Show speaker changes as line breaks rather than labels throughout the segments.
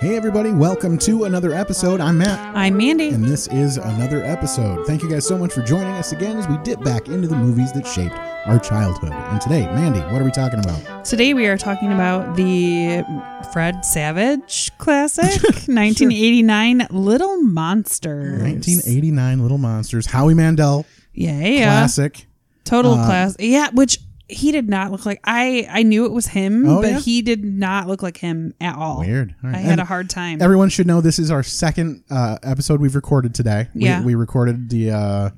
Hey, everybody, welcome to another episode. I'm Matt,
I'm Mandy.
and this is another episode. Thank you guys so much for joining us again as we dip back into the movies that shaped our childhood. And today, Mandy, what are we talking about?
Today we are talking about the Fred Savage classic, 1989, Little Monsters.
1989 Little Monsters, Howie Mandel,
Yeah, yeah.
classic.
Total
uh,
class. Yeah, which he did not look like. I I knew it was him,
Oh,
but
yeah?
he did not look like him at all.
Weird. All right.
Oh, I had
And
a hard time.
Everyone should know this is our second uh, episode we've recorded today. We-
Yeah.
We, recorded the uh,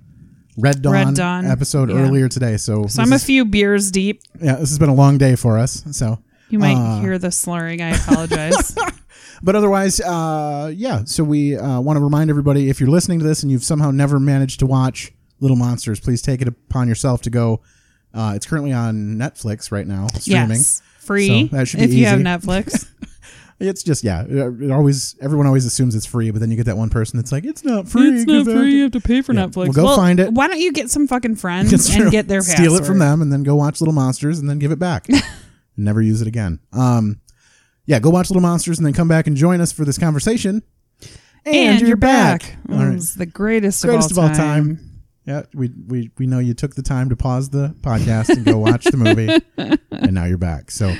Red, Dawn
Red Dawn,
episode
yeah.
earlier today. So,
so
this
I'm a
is-
few beers deep.
yeah, this has been a long day for us. So,
You might
Uh,
hear the slurring. I apologize.
But otherwise, uh, yeah. So we uh, want to remind everybody if you're listening to this and you've somehow never managed to watch Little Monsters, please take it upon yourself to go. Uh, it's currently on Netflix right now, streaming.
yes, free.
So that should be
if you have
easy.
Netflix,
It's just yeah. It, it always everyone always assumes it's free, but then you get that one person that's like, it's not free.
it's
give
not
that
free.
to-"
You have to pay for Netflix.
Well, go find it.
Why don't you get some fucking friends
It's true.
and get their password?
steal it from them and then go watch Little Monsters and then give it back. Never use it again. Um, yeah, go watch Little Monsters and then come back and join us for this conversation.
and, you're, back.
All
Mm. It
right.
was the greatest,
greatest
of all time.
Yeah, we, we we know you took the time to pause the podcast and go watch the movie, and now you're back. So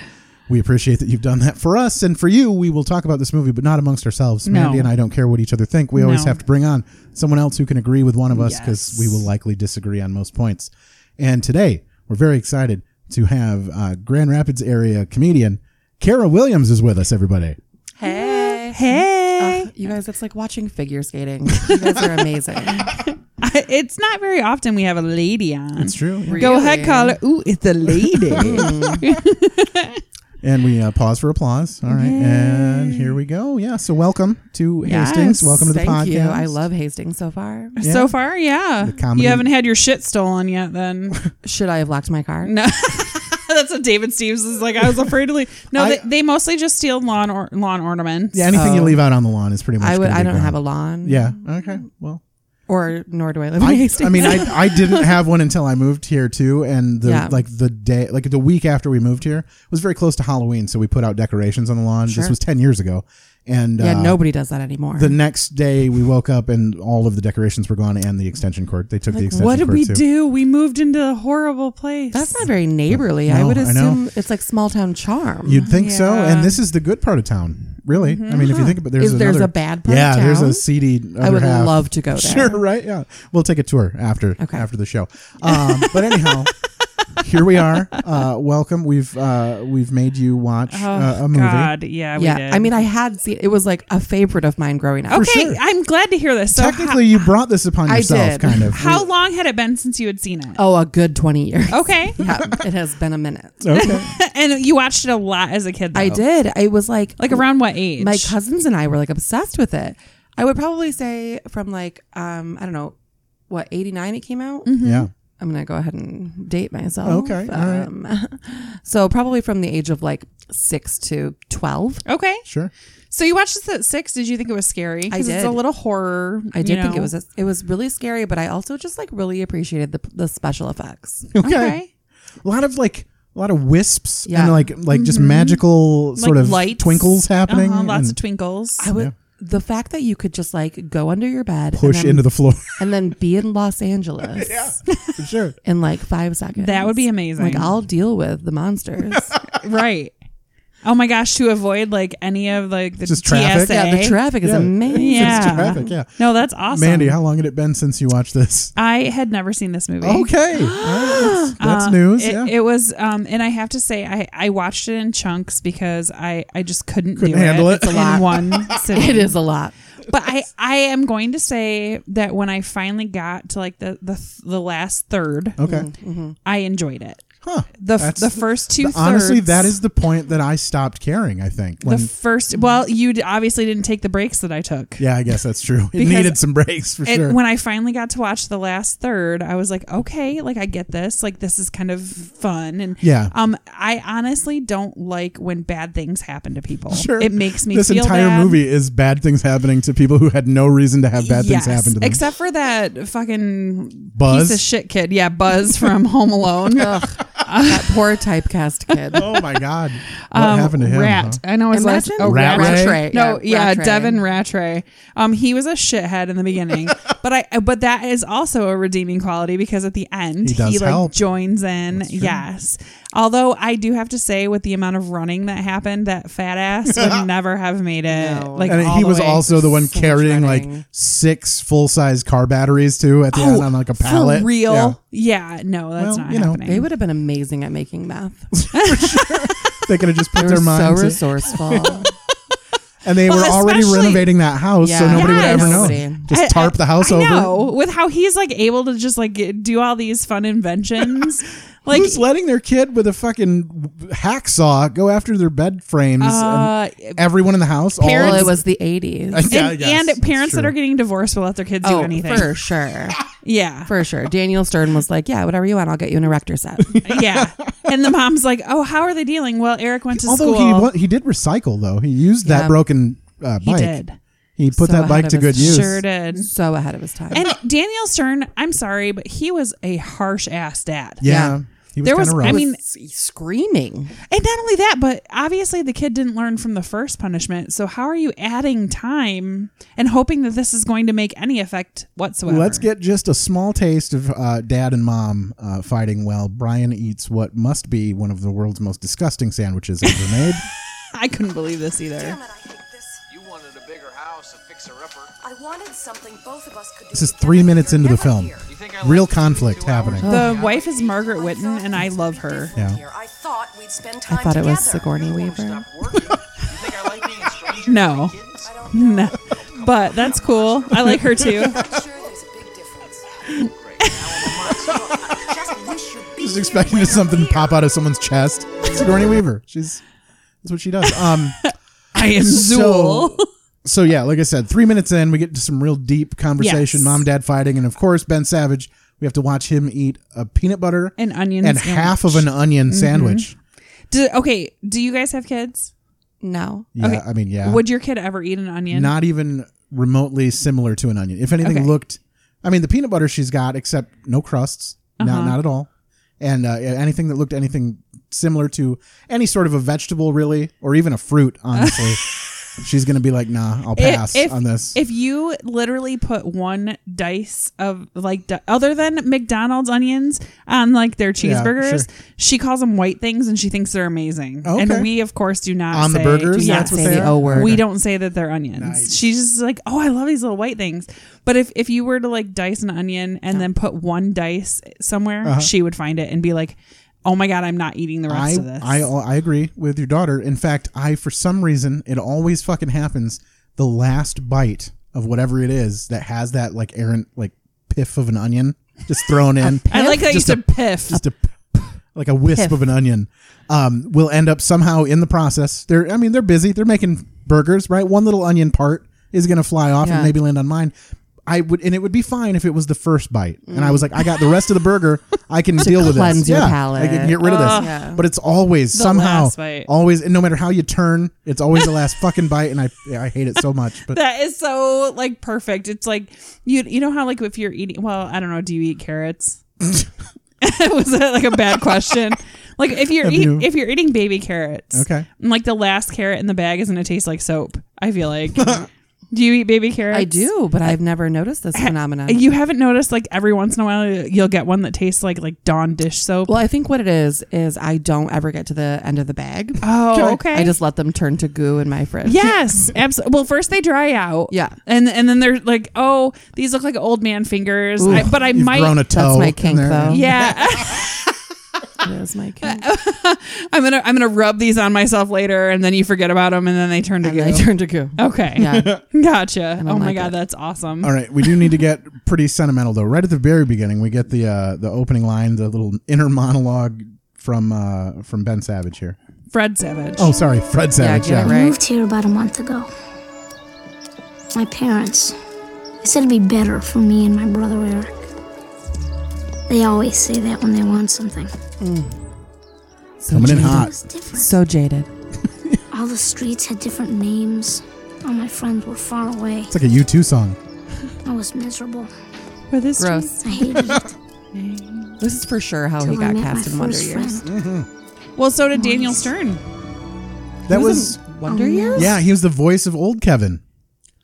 we appreciate that you've done that for us and for you. We will talk about this movie, but not amongst ourselves.
No.
Mandy and I don't care what each other think. We always
No.
have to bring on someone else who can agree with one of us because
Yes.
we will likely disagree on most points. And today we're very excited to have uh, Grand Rapids area comedian Kara Williams is with us. Everybody,
Hey.
Hey,
Ugh, you guys, it's like watching figure skating. You guys are amazing.
Ah.
it's not very often we have a lady on.
it's true.
Re-
Go ahead,
Really?
caller. Ooh, it's a lady.
And we uh, pause for applause. All right. And here we go. Yeah. So welcome to
Yes.
Hastings. Welcome to the
Thank
podcast.
you. I love Hastings so far.
Yeah.
So far, yeah.
comedy-
You haven't had your shit stolen yet, then.
Should I have locked my car?
No. That's what David Steves is like. I was afraid to leave. No,
I-
they, they mostly just steal lawn or, lawn ornaments.
Yeah. Anything you
Oh.
leave out on the lawn is pretty much.
I would.
gonna
I
be
don't
gone.
have a lawn.
Yeah. Okay. Well,
Or nor do I live in
I,
Hastings.
I uh, mean, I, I didn't have one until I moved here too, and the
Yeah.
like the day like the week after we moved here was very close to Halloween, so we put out decorations on the lawn. This
Sure.
was ten years ago, and
yeah,
uh,
nobody does that anymore.
The next day we woke up and all of the decorations were gone and the extension cord. They took the extension
What did
cord
we
too.
do? We moved into a horrible place.
That's not very neighborly. I
No,
would
I know.
assume it's like small town charm.
You'd think so,
Yeah.
and this is the good part of town, really. I mean, if you think about there's
Mm-hmm. Is there's
another-
a bad part of
Yeah, there's
town?
a seedy.
I
other
would
half.
love to go there.
Sure, right? Yeah, we'll take a tour after
Okay.
after the show. Um, but anyhow, here we are. Uh, welcome. We've uh, we've made you watch
Oh,
uh, a movie.
God. Yeah, we
Yeah,
did.
I mean, I had seen it was like a favorite of mine growing up.
okay,
sure.
I'm glad to hear this. So
Technically, you brought this upon
I
yourself,
did.
kind of.
How long had it been since you had seen it?
Oh, a good twenty years.
Okay.
yeah, it has been a minute.
okay.
and you watched it a lot as a kid. Though.
I
Oh.
did. I was like,
Like around what age?
my cousins and I were like obsessed with it. I would probably say from like um I don't know what 89 it came out.
Yeah.
I'm going to go ahead and date myself.
Mm-hmm. Okay, all right.
Um, So probably from the age of like 6 to 12.
Okay.
Sure.
So you watched this at six. Did you think it was scary? 'Cause It's
did.
a little horror.
I
you
did think it
know.
was a, it was really scary, but I also just like really appreciated the the special effects.
Okay.
Okay.
A lot of like a lot of wisps
Yeah. Mm-hmm.
and like like just magical sort
like
of
lights.
twinkles happening.
Uh-huh, lots of
and
twinkles.
I would the fact that you could just like go under your bed
push
and then,
into the floor.
and then be in Los Angeles
For sure.
in like 5 seconds.
That would be amazing.
Like I'll deal with the monsters.
right. Oh my gosh! To avoid like any of like the
Just traffic?
TSA.
yeah, the traffic is
Yeah.
amazing.
Eh? Yeah.
It's traffic. Yeah.
No, that's awesome.
Mandy, how long had it been since you watched this?
I had never seen this movie.
Okay. All right, that's that's
Uh,
news.
It,
yeah.
it was, um, and I have to say, I, I watched it in chunks because I, I just couldn't,
Couldn't
do
handle it.
It's a lot. in one sitting.
It is a lot.
But I, I am going to say that when I finally got to like the the, th- the last third,
okay.
I enjoyed it.
Huh.
Mm. The f-
That's-
the first two
Th-
thirds.
Honestly, that is the point that I stopped caring, I think.
the
When,
first. Well, you d- obviously didn't take the breaks that I took.
yeah, I guess that's true. It
Because
needed some breaks for
It-
sure.
When I finally got to watch the last third, I was like, okay, like I get this. Like this is kind of fun, and
Yeah.
Um, I honestly don't like when bad things happen to people.
Sure.
it makes me
this
feel
entire
bad.
movie is bad things happening to people who had no reason to have bad
Yes,
things happen to them.
except for that fucking
Buzz?
piece of shit kid. Yeah, Buzz from Home Alone. Ugh.
that poor typecast kid.
Oh my God! What happened to him?
Um, Rat.
huh?
I know his last
Imagine
oh,
Rat Ray?
Rattray. No, yeah,
Rattray.
Devin Rattray. Um, he was a shithead in the beginning, but I but that is also a redeeming quality because at the end
He
he,
does
like
help.
joins in.
true.
Yes, although I do have to say, with the amount of running that happened, that fat ass would never have made it.
No.
Like
And
all
he
the
was
way.
also the one
So much
carrying
running.
like six full size car batteries too at the end on like a pallet.
Oh, for real.
Yeah.
Yeah, no, that's
Well,
not
you know,
happening.
They would have been amazing at making math.
They could have just put
They
their
were so
mind to,
resourceful.
and they
Well,
were already
especially-
renovating that house, so
Yeah.
nobody
Yes.
would ever know.
Nobody.
Just
I-
tarp
I-
the house
I
over.
know, with how he's like able to just like get- do all these fun inventions. like
Who's letting their kid with a fucking hacksaw go after their bed frames?
uh,
and everyone in the house,
well,
all
it was the 80s.
Um, Yeah, I
and,
guess.
and
That's
parents that
true.
are getting divorced will let their kids do
Oh,
anything.
for sure.
Yeah.
For sure. Daniel Stern was like, yeah, whatever you want, I'll get you an erector set.
yeah. And the mom's like, oh, how are they dealing? Well, Eric went to
Although
school.
he wa- he did recycle though, he used that
Yeah.
broken uh,
He
bike.
did.
He put
So
that bike
ahead
to
of
good
his
use.
Sure did.
so ahead of his time.
And Daniel Stern, I'm sorry, but he was a harsh ass dad.
Yeah.
Yeah.
He was
There
kind
was-
of
I
rough.
mean,
S- screaming.
And not only that, but obviously the kid didn't learn from the first punishment. So how are you adding time and hoping that this is going to make any effect whatsoever?
Let's get just a small taste of uh, dad and mom uh, fighting while Brian eats what must be one of the world's most disgusting sandwiches ever made.
I couldn't believe this either.
Damn it, I hate this.
You wanted a bigger house, a fixer-upper.
I wanted something both of us could do.
This is
together,
three
but
minutes
you're
into the
never
film.
here.
You think I
Real
like to do
conflict
two hours? Oh.
happening.
The wife is Margaret Whitten, and I love her.
Yeah.
Here, I thought we'd spend time
I thought it was
together.
Sigourney Weaver.
Stop working. you think I like being a stranger?
No.
to my kids?
I don't know.
But that's cool. I like her too.
I'm sure there's a big difference.
Great. Now I'm a monster.
I just wish you'd be
Just
here
expecting
when
just something
you're
to pop out of someone's chest. Sigourney Weaver. She's that's what she does. Um,
I am
so
Zool.
so yeah, like I said, three minutes in, we get to some real deep conversation.
Yes.
Mom, dad fighting, and of course Ben Savage. We have to watch him eat a peanut butter
An onion
and
sandwich.
half of an onion
Mm-hmm.
sandwich.
Do, okay, do you guys have kids?
No.
Yeah,
Okay.
I mean, yeah.
Would your kid ever eat an onion?
not even remotely similar to an onion. If anything
Okay.
looked, I mean, the peanut butter she's got, except no crusts,
Uh-huh.
not not at all, and uh, anything that looked anything similar to any sort of a vegetable, really, or even a fruit, honestly, she's gonna be like, nah, I'll
I-
pass
if,
on this.
If you literally put one dice of like di- other than McDonald's onions on like their
Yeah,
cheeseburgers,
sure.
she calls them white things and she thinks they're amazing.
Okay.
And we of course do not
on the
say-
burgers,
Yes.
that's what
say
they
the
are. Oh,
O word.
We don't say that they're onions.
Nice.
She's just like, oh, I love these little white things. But if, if you were to like dice an onion and then put one dice somewhere, she would find it and be like, oh my God, I'm not eating the rest
Uh-huh. I,
of this.
I I agree with your daughter. In fact, I for some reason it always fucking happens. The last bite of whatever it is that has that like errant like piff of an onion just thrown in.
I like that you
Just a
said piff.
just a p- like a wisp of an onion um, will end up somehow in the process they're i mean they're busy they're making burgers right one little onion part is going to fly off and
Yeah.
maybe land on mine i would and it would be fine if it was the first bite and i was like i got the rest of the burger i can deal with this
cleanse your
yeah
palate.
i can get rid of this
Ugh.
Yeah.
but it's always somehow
last bite.
always and no matter how you turn it's always the last fucking bite and i i hate it so much but
that is so like perfect. It's like you you know how like if you're eating well, I don't know, do you eat carrots? Was that like a bad question? Like if you're
Have
eat,
you-
if you're eating baby carrots,
Okay.
and like the last carrot in the bag is gonna taste like soap. I feel like. do you eat baby carrots?
I do, but I've never noticed this phenomenon.
You haven't noticed like every once in a while you'll get one that tastes like like Dawn dish soap.
well, I think what it is is I don't ever get to the end of the bag.
Oh, okay.
I just let them turn to goo in my fridge.
Yes, absolutely. Well, first they dry out.
Yeah.
and and then they're like, oh, these look like old man fingers. I, but I
you've
might
grown a toe
That's my
in
kink,
there.
though.
Yeah,
It is my kink.
I'm gonna I'm gonna rub these on myself later, and then you forget about them, and then they turn to
and
goo.
I turn to goo.
okay,
Yeah.
gotcha. Oh my
like
god,
it.
that's awesome.
All right, we do need to get pretty sentimental though. Right at the very beginning, we get the uh, the opening line, the little inner monologue from uh, from Ben Savage here.
Fred Savage.
Oh, sorry, Fred Savage.
get
Yeah,
it
I
Right.
moved here about a month ago. My parents. They said it'd be better for me and my brother Eric. They always say that when they want something.
So
coming in
jaded.
Uh,
It
hot.
was different.
So jaded.
All the streets had different names. All my friends were far away.
It's like a U two song.
I was miserable.
for this
Gross.
I hated it.
This is for sure how he
Till I
got
met my
cast in Wonder
first
Years.
friend.
Well, so did Daniel Stern.
That
He
was,
in Wonder
Oh, no.
Years.
yeah, he was the voice of old Kevin.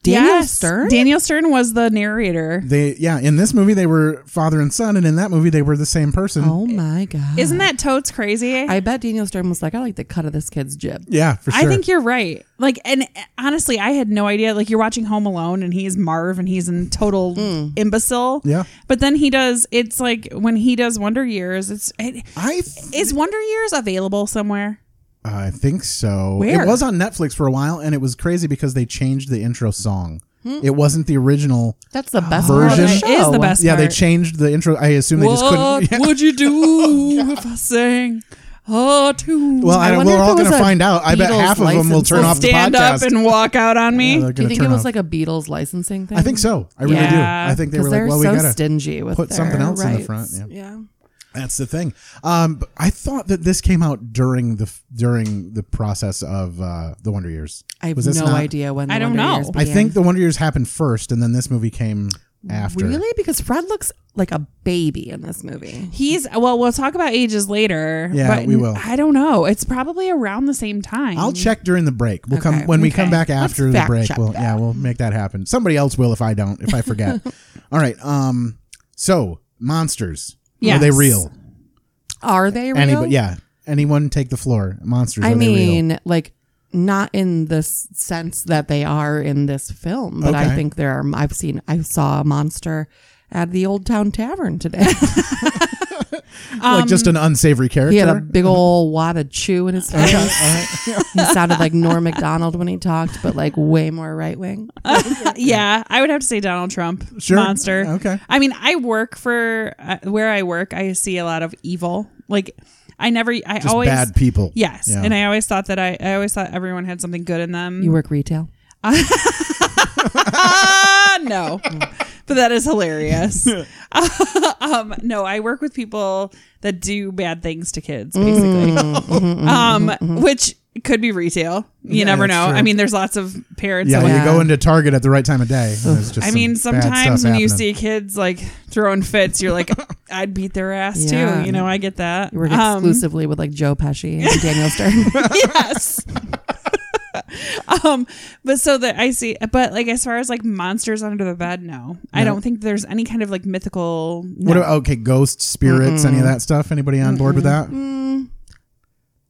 Daniel
Yes.
Stern.
Daniel Stern was the narrator.
They yeah, in this movie they were father and son, and in that movie they were the same person.
oh my god!
Isn't that totes crazy?
I bet Daniel Stern was like, I like the cut of this kid's jib.
Yeah, for sure.
I think you're right. Like, and eh, honestly, I had no idea. Like, you're watching Home Alone, and he's Marv, and he's in total
Hmm.
imbecile.
Yeah.
But then he does. It's like when he does Wonder Years. It's it,
I th-
is Wonder Years available somewhere?
I think so.
Where?
It was on Netflix for a while, and it was crazy because they changed the intro song.
Hmm.
It wasn't the original.
That's the best
Version?
Part of the
It is the
show.
best.
yeah, they
part.
changed the intro. I assume they just couldn't.
What
Yeah.
would you do if I sang a tune?
Well, I
I
don't,
wonder
we're
if
all
it was
going to
a
find out. I bet
Beatles
half of them will
license.
turn
Well,
off the
stand
podcast.
up and walk out on me.
Yeah, they're
Do
gonna
you think it
turn
was
off.
like a Beatles licensing thing?
I think so. I really
Yeah.
do. I think they were
Because
like,
they're
well, we
so
got to
stingy with
put something
their
else in the
rights.
front, yeah.
yeah.
That's the thing. Um, but I thought that this came out during the during the process of uh, the Wonder Years.
I have
Was this
no
not-
idea when. The
I don't
Wonder
know.
Years
I
began.
think the Wonder Years happened first, and then this movie came after.
really because Fred looks like a baby in this movie.
He's well. We'll talk about ages later.
Yeah,
but
we will.
I don't know. It's probably around the same time.
I'll check during the break. We'll come
Okay.
when we come back
Let's
after the
fact
break.
check
We'll, yeah, we'll make that happen. Somebody else will if I don't, if I forget. All right. Um. So monsters. Are they
Yes.
real?
Are they real?
Anybody? Yeah. Anyone take the floor? Monsters.
I
are they real?
mean, like not in the s- sense that they are in this film, but
Okay.
I think there are. I've seen. I saw a monster at the Old Town Tavern today.
like
um,
just an unsavory character.
he had a big old wad of chew in his face. he sounded like Norm Macdonald when he talked, but like way more right wing.
yeah, I would have to say Donald Trump
Sure.
monster.
Okay.
I mean, I work for uh, where I work. I see a lot of evil. Like I never. I
just
always
bad people.
Yes,
Yeah.
and I always thought that I. I always thought everyone had something good in them.
You work retail.
Ah, no. But that is hilarious. um, no, I work with people that do bad things to kids, basically,
Mm-hmm,
um, which could be retail. You
Yeah,
never
that's
know.
true.
I mean, there's lots of parents.
Yeah,
that
when you
Yeah.
go into Target at the right time of day. and there's just
I
some
mean,
bad
sometimes
stuff
when you
happening.
see kids like throwing fits, you're like, I'd beat their ass
Yeah.
too. You know, I get that.
You work
Um,
exclusively with like Joe Pesci and Daniel Stern.
yes. um, but so that I see, but like as far as like monsters under the bed, no, I don't think there's any kind of like mythical.
What
no.
about, okay, ghosts, spirits, any of that stuff? Anybody on board with that?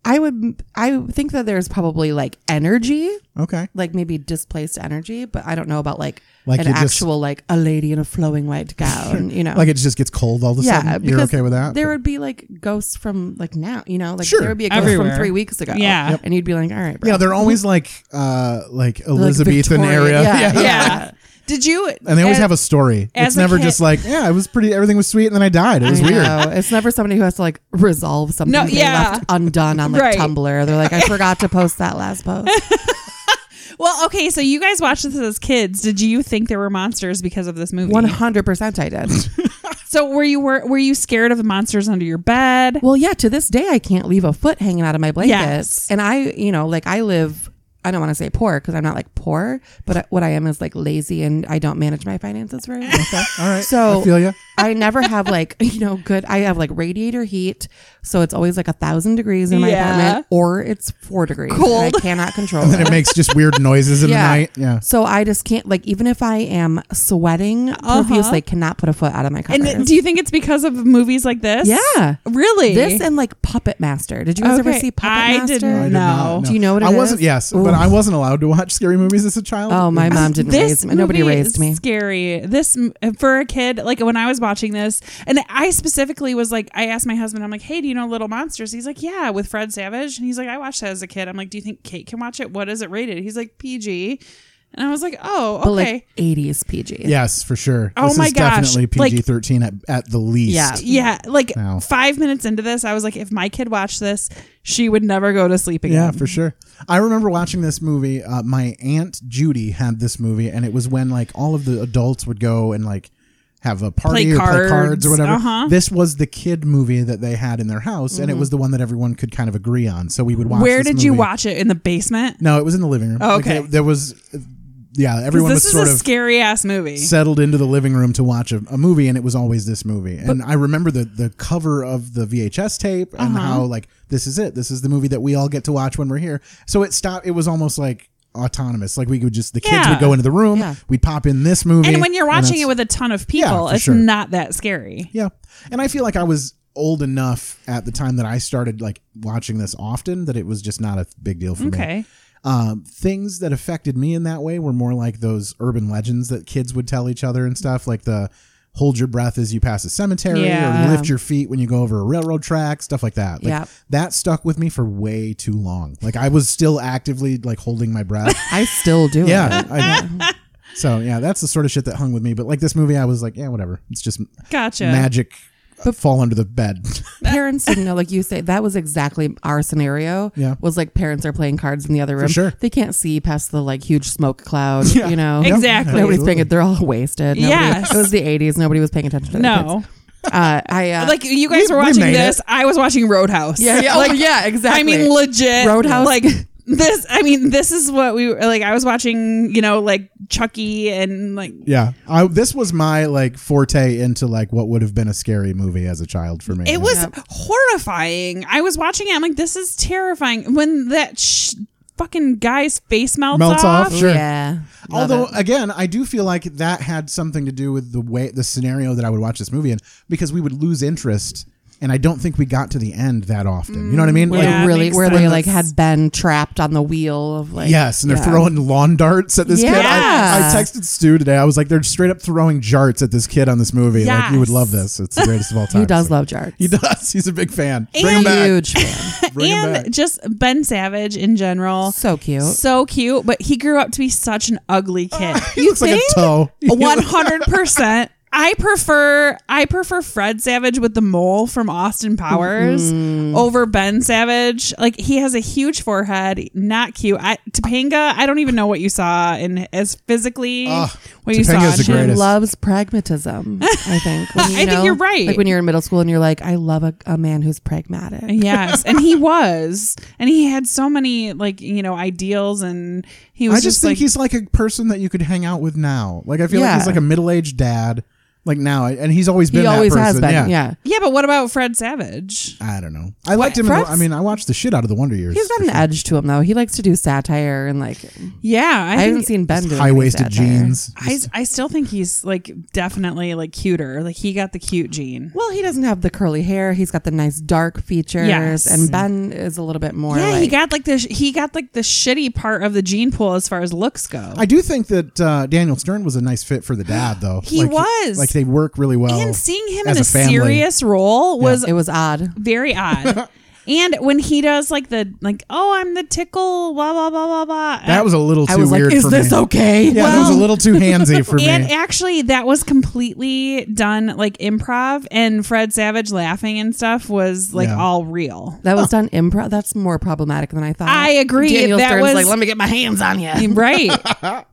I would. I think that there's probably like energy
Mm.
Okay.
like maybe displaced energy, but I don't know about like,
Like
an
you just-
actual like a lady in a flowing white gown, you know.
Like it just gets cold all of a sudden. You're
because
okay with that?
There would be like ghosts from like now, you know, like
Sure,
there would be a ghost
everywhere.
from three weeks ago.
Yeah. Yep.
And you'd be like, all right, bro.
yeah, they're always like uh like Elizabethan
Victorian.
area.
Yeah, yeah.
yeah. Did you? uh,
And they always have a story.
as
It's
a
never
kid-
just like, yeah, it was pretty everything was sweet and then I died. It was
I
weird.
know. It's never somebody who has to like resolve something
No,
they
yeah.
left undone on like
Right.
Tumblr. They're like, I forgot to post that last post.
Well, okay, so you guys watched this as kids. Did you think there were monsters because of this movie?
One hundred percent, I did.
So were you were were you scared of the monsters under your bed?
Well, yeah, to this day, I can't leave a foot hanging out of my blankets.
Yes.
And I, you know, like I live, I don't want to say poor because I'm not like poor, but I- what I am is like lazy and I don't manage my finances very well.
All right.
So
I feel you.
I never have like, you know, good, I have like radiator heat. So it's always like a thousand degrees in my
Yeah.
apartment or it's four degrees. and
Cold.
I cannot control
And it makes just weird noises in the night. Yeah.
So I just can't like even if I am sweating profusely, cannot put a foot out of my covers.
Uh-huh. And do you think it's because of movies like this?
Yeah.
really.
this and like Puppet Master. Did you guys ever
Okay,
see Puppet
I
Master?
did
I did
No.
not
Do you know what
I
it
wasn't
is?
yes, but
Ooh.
I wasn't allowed to watch scary movies as a child.
Oh, my mom didn't
this
raise me. Nobody
movie
raised
is
me.
Scary. This m- for a kid. Like when I was watching this, and I specifically was like, I asked my husband, I'm like, Hey, do you know Little Monsters? He's like, Yeah, with Fred Savage. And he's like, I watched that as a kid. I'm like, Do you think Kate can watch it? What is it rated? He's like, PG. And I was like, Oh,
But
okay.
like 80s PG.
Yes, for sure.
Oh
this
my
is
gosh.
definitely
Like-
PG thirteen at, at the least.
Yeah.
yeah, like
Wow.
five minutes into this, I was like, if my kid watched this, she would never go to sleep again.
Yeah, for sure. I remember watching this movie. Uh, my aunt Judy had this movie, and it was when like all of the adults would go and like have a party
Play
or play cards
cards,
or whatever.
uh-huh. Mm-hmm.
This was the kid movie that they had in their house, and it was the one that everyone could kind of agree on. So we would watch.
Where
this
did you
movie.
watch it in the basement?
No, it was in the living room.
Oh,
Like,
okay.
there- there was. yeah, everyone was
this is
sort
a
of
scary ass movie.
settled into the living room to watch a, a movie, and it was always this movie. And I remember the the cover of the VHS tape and
Uh-huh.
how like this is it. This is the movie that we all get to watch when we're here. So it stopped. It was almost like autonomous. Like we could just the kids would
Yeah.
go into the room.
Yeah.
We'd pop in this movie.
and when you're watching
it's-
it with a ton of people,
for
it's
sure.
not that scary.
Yeah. And I feel like I was old enough at the time that I started like watching this often that it was just not a big deal for me.
Okay.
Um, things that affected me in that way were more like those urban legends that kids would tell each other and stuff, like the hold your breath as you pass a cemetery
Yeah.
or lift your feet when you go over a railroad track, stuff like that. Like,
Yeah.
That stuck with me for way too long. Like I was still actively like holding my breath.
I still do.
yeah.
it.
I- so yeah, that's the sort of shit that hung with me. But like this movie, I was like, yeah, whatever. It's just
Gotcha.
magic uh, fall under the bed.
parents didn't know. Like you say, that was exactly our scenario.
Yeah.
was like parents are playing cards in the other room.
sure.
they can't see past the like huge smoke cloud. You know,
Exactly.
nobody's
absolutely.
paying it. They're all wasted. Nobody,
Yes.
it was the '80s. Nobody was paying attention to the
No.
kids. Uh, I uh,
Like you guys were
we
watching
made
this, I was watching Roadhouse.
Yeah, yeah, oh,
like,
yeah, exactly.
I mean, legit
Roadhouse.
Like this, I mean, this is what we like. I was watching, you know, like Chucky and like
yeah, I, this was my like forte into like what would have been a scary movie as a child for me.
It was horrifying. I was watching it. I'm like, this is terrifying. When that sh- fucking guy's face melts,
melts off.
off.
Sure.
yeah. Love
Although
it.
again, I do feel like that had something to do with the way the scenario that I would watch this movie in because we would lose interest, and I don't think we got to the end that often. you know what I mean?
Where
Like,
Yeah,
they
it
really,
makes
where they
sense.
like had Ben trapped on the wheel of like
yes, and they're throwing lawn darts at this kid. I,
Yeah.
I texted Stu today. I was like, they're straight up throwing jarts at this kid on this movie. Like you would
Yes.
love this. It's the greatest of all time.
He does
So-
love Jart.
He does. He's a big fan. Bring him
And-
back.
Huge fan.
Bring him back.
and just Ben Savage in general.
So cute.
So cute, but he grew up to be such an ugly kid.
Ah, You looks like a toe.
One hundred percent. I prefer I prefer Fred Savage with the mole from Austin Powers
Mm-hmm.
over Ben Savage. Like he has a huge forehead, not cute. I, Topanga, I don't even know what you saw in as physically
Ugh,
what you saw.
Ah, Topanga's the
She-
greatest.
loves pragmatism. I think. When you
Mm. I think
know-
you're right.
Like when you're in middle school and you're like, I love a, a man who's pragmatic.
Yes, and he was, and he had so many like you know ideals, and he
I
was
just, think
like,
he's like a person that you could hang out with now. Like I feel like
Yeah.
he's like a middle aged dad. Like now, and he's always been.
He
that
always
person.
has been. Yeah.
yeah, but what about Fred Savage?
I don't know. I liked him. in the,
Fred's-
I mean, I watched the shit out of the Wonder Years.
He's got an edge to him though. He likes to do satire and like
Yeah, I,
I, haven't
think-
seen Ben do
High waisted jeans.
I, I still think he's like definitely like cuter. Like he got the cute gene.
Well, he doesn't have the curly hair. He's got the nice dark features,
Yes.
and Ben is a little bit more.
Yeah,
like,
he got like the sh- he got like the shitty part of the gene pool as far as looks go.
I do think that uh, Daniel Stern was a nice fit for the dad, though.
He
Like,
was.
Like they work really well.
and seeing him
as
in a,
family.
serious role was
It was odd.
very odd. and when he does like the like oh I'm the tickle blah blah blah blah blah.
That was a little too
I was like,
weird
"Is
for
this
me.
okay?"
Yeah, that was a little too handsy for
and
me.
actually that was completely done like improv and Fred Savage laughing and stuff was like
Yeah.
all real.
That was done improv. That's more problematic than I thought.
I agree.
Daniel
That
Stern's
was-
like, let me get my hands on you.
Right.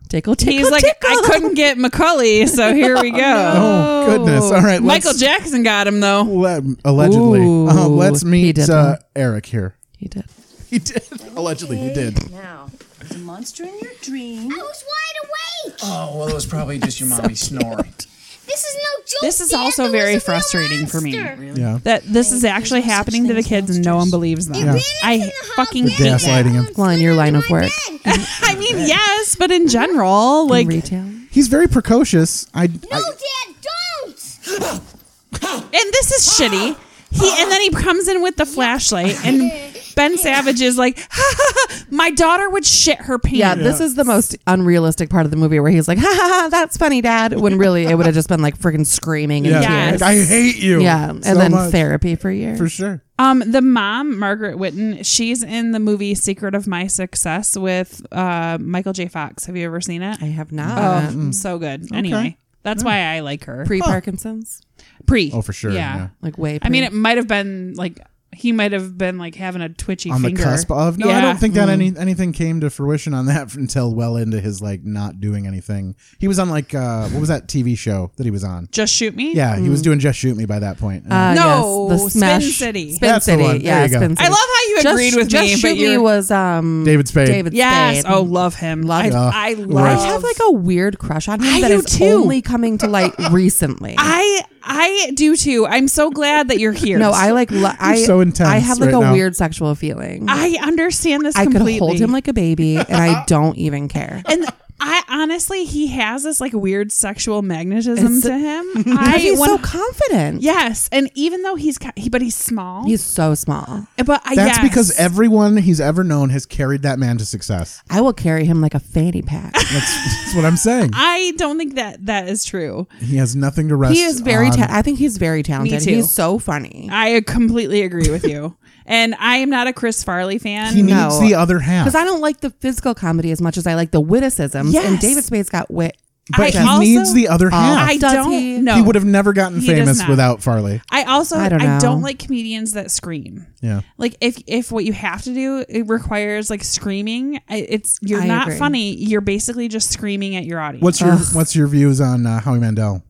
Tickle, tickle,
He's like, I couldn't get Macaulay, so here we go.
Oh, goodness. All right,
Michael
let's-
Jackson got him though.
Let- allegedly,
Ooh,
Uh, let's
he
meet
did
uh,
that.
Eric here.
He did.
He did. allegedly, he did.
Now, the monster in your dream.
I was wide awake.
Oh, well, it was probably just your mommy snoring.
This is no joke.
This is
Dad.
also
There was
very
a real
frustrating for me.
monster.
Yeah.
That this is actually happening to the kids and no one believes them.
Ran in
I
from the
fucking
hallway.
hate
gaslighting
that.
him.
Someone
Well, in your
slid
line
under
of
my
work.
bed.
I mean, yes, but in general, like and
Retail.
He's very precocious. I,
No,
I
Dad, don't.
this is shitty. He and then he comes in with the flashlight and Ben Savage is like, my daughter would shit her pants.
Yeah, this is the most unrealistic part of the movie where he's like, ha ha, ha that's funny, Dad. When really it would have just been like freaking screaming
yeah.
and
Yes.
Like, I hate you.
tears. Yeah, and
so
then
much.
therapy for years.
for sure.
Um, the mom, Margaret Whitten, she's in the movie Secret of My Success with uh, Michael J. Fox. Have you ever seen it?
I have
Oh,
not.
so good. Anyway, that's why I like her.
Pre Parkinson's,
Pre.
Oh, for sure, yeah.
Yeah.
like way. Pre-
I mean, it might have been like he might have been like having a twitchy
on the
finger.
cusp of. No, I
Yeah.
don't think that
Mm-hmm.
any anything came to fruition on that until well into his like not doing anything. He was on like uh what was that TV show that he was on?
Just shoot me.
Yeah, he was doing just shoot me by that point.
Mm. Uh,
No,
yes,
Spin
the smash,
City.
Spin
That's the
City.
one. There
Yeah,
you go.
Spin
I
City.
love how you
Just-
agreed with
just
me,
Shoot
but
me
you're-
was um
David Spade.
David
Yes.
Spade.
Oh, love him. I,
him.
I love.
Right.
I have like a weird crush on him
I
that
do
is
too.
only coming to light recently.
I I do too. I'm so glad that you're here.
no, I like. Lo- I
so intense
I have like
right
a
now.
weird sexual feeling.
I understand this
I could
completely.
hold him like a baby, and I don't even care.
and I honestly, he has this like weird sexual magnetism
It's-
to him.
I,
I
he's
one-
so confident.
yes, and even though he's ki- he, but he's small.
he's so small.
but I,
That's
yes.
because everyone he's ever known has carried that man to success.
I will carry him like a fanny pack.
That's, that's what I'm saying.
I don't think that that is true.
He has nothing to rest.
he is very.
on.
Ta- I think he's very talented.
too.
He's so funny.
I completely agree with you, and I am not a Chris Farley fan.
He
No.
needs the other half.
Because I don't like the physical comedy as much as I like the witticisms. And
Yes.
David Spade's got wit.
I
but he
also-
needs the other
Oh.
half.
I
Does
don't
he?
know.
He would have never gotten
Oh. He does
famous
not.
without Farley.
I also
I
I
don't
don't,
know.
like comedians that scream.
Yeah.
Like if if what you have to do it requires like screaming, I- it's you're
I
not
agree.
funny. You're basically just screaming at your audience.
What's your What's your views on uh, Howie Mandel?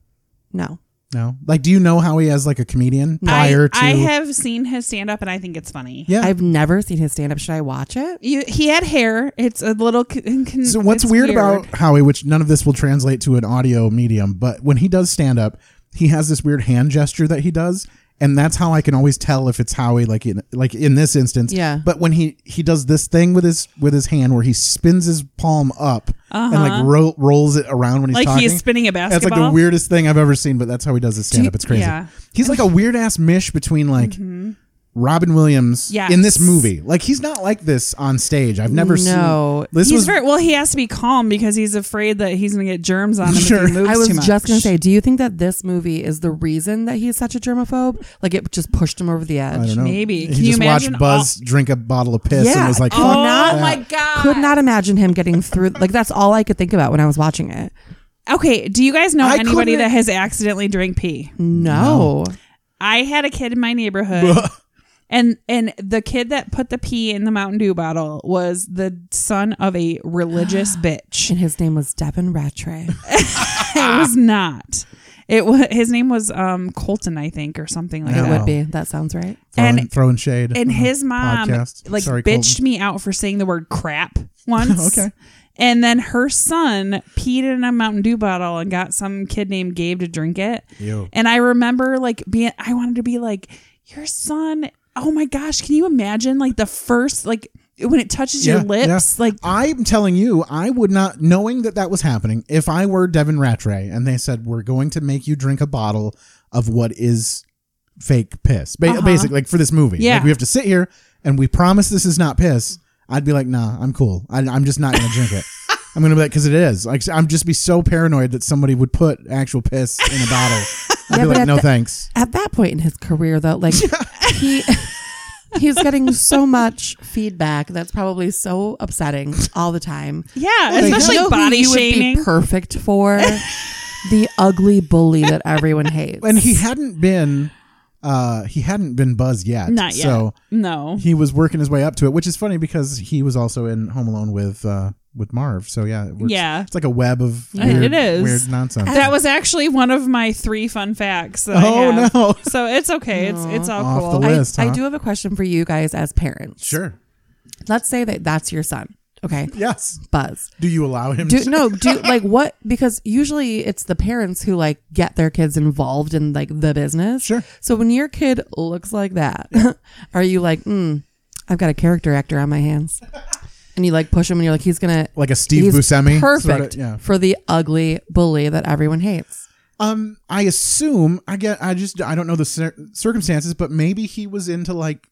No.
No, like, do you know Howie as like a comedian prior
I, I
to?
have seen his stand up and I think it's funny.
yeah.
I've never seen his stand up. Should I watch it?
You, he had hair. It's a little. Con- con-
so what's
it's
weird, about Howie, which none of this will translate to an audio medium, but when he does stand up, he has this weird hand gesture that he does, and that's how I can always tell if it's Howie, like in like in this instance.
Yeah.
But when he he does this thing with his with his hand where he spins his palm up and like ro- rolls it around when he's
Uh-huh. Like
talking,
he's spinning a
That's like the
basketball?
weirdest thing I've ever seen, but that's how he does his stand up. It's crazy.
yeah. Mm-hmm.
He's like a weird ass mish between like. Robin Williams
Yes.
in this movie. Like he's not like this on stage. I've never seen.
No.
this
he's
was
very well. He has to be calm because he's afraid that he's going to get germs on him.
Sure.
if he moves
I was
too much.
just going to say, do you think that this movie is the reason that he's such a germaphobe? Like it just pushed him over the edge?
I don't know. he
Maybe. Can you
just watched
imagine
Buzz drink a bottle of piss
Yeah.
and was like,
Oh,
"Fuck
not
that."
my god!
Could not imagine him getting through. Like that's all I could think about when I was watching it.
Okay, do you guys know
I
anybody
couldn't-
that has accidentally drank pee?
No.
I had a kid in my neighborhood. And and the kid that put the pee in the Mountain Dew bottle was the son of a religious bitch.
And his name was Devin Rattray.
it was not. It was his name was um Colton, I think, or something like
it
that.
would be. That sounds right.
Throwing,
And-
throwing shade.
And
on
his
the
mom
Uh-huh. podcast.
like
Sorry,
bitched
Colton.
me out for saying the word crap once.
Okay.
And then her son peed in a Mountain Dew bottle and got some kid named Gabe to drink it.
Ew.
And I remember like being I wanted to be like, your son, oh my gosh, can you imagine like the first like when it touches your
Yeah, yeah.
lips? Like
I'm telling you, I would not knowing that that was happening. If I were Devin Rattray and they said we're going to make you drink a bottle of what is fake piss, ba- basically like for this movie,
Uh-huh. Yeah.
like, we have to sit here and we promise this is not piss. I'd be like, nah, I'm cool. I, I'm just not gonna drink it. I'm gonna be like, because it is. Like, I'm just be so paranoid that somebody would put actual piss in a bottle. I'd
Yeah,
be
but
like,
at
no
the-
thanks.
At that point in his career, though, like he. He's getting so much feedback that's probably so upsetting all the time.
yeah,
Like,
especially
you know who
body
you would be
shaming.
perfect for the ugly bully that everyone hates.
And he hadn't been, uh, he hadn't been Buzz yet.
Not yet.
So
no.
he was working his way up to it, which is funny because he was also in Home Alone with uh, with Marv. So yeah, it works.
Yeah.
it's like a web of
Yeah.
weird,
It is.
weird nonsense.
That was actually one of my three fun facts. That
Oh,
I have.
no.
So it's okay. It's it's all
Off the
cool.
list. Liz,
I, I
huh?
do have a question for you guys as parents.
sure.
Let's say that that's your son. Okay.
Yes.
Buzz.
Do you allow him?
Do
to-
no, do like what because usually it's the parents who like get their kids involved in like the business.
Sure.
So when your kid looks like that, are you like, mm, I've got a character actor on my hands? And you like push him and you're like, he's gonna
Like a Steve
he's
Buscemi sort of-
Perfect
yeah.
for the ugly bully that everyone hates.
Um, I assume I get. I just I don't know the cir- circumstances, but maybe he was into like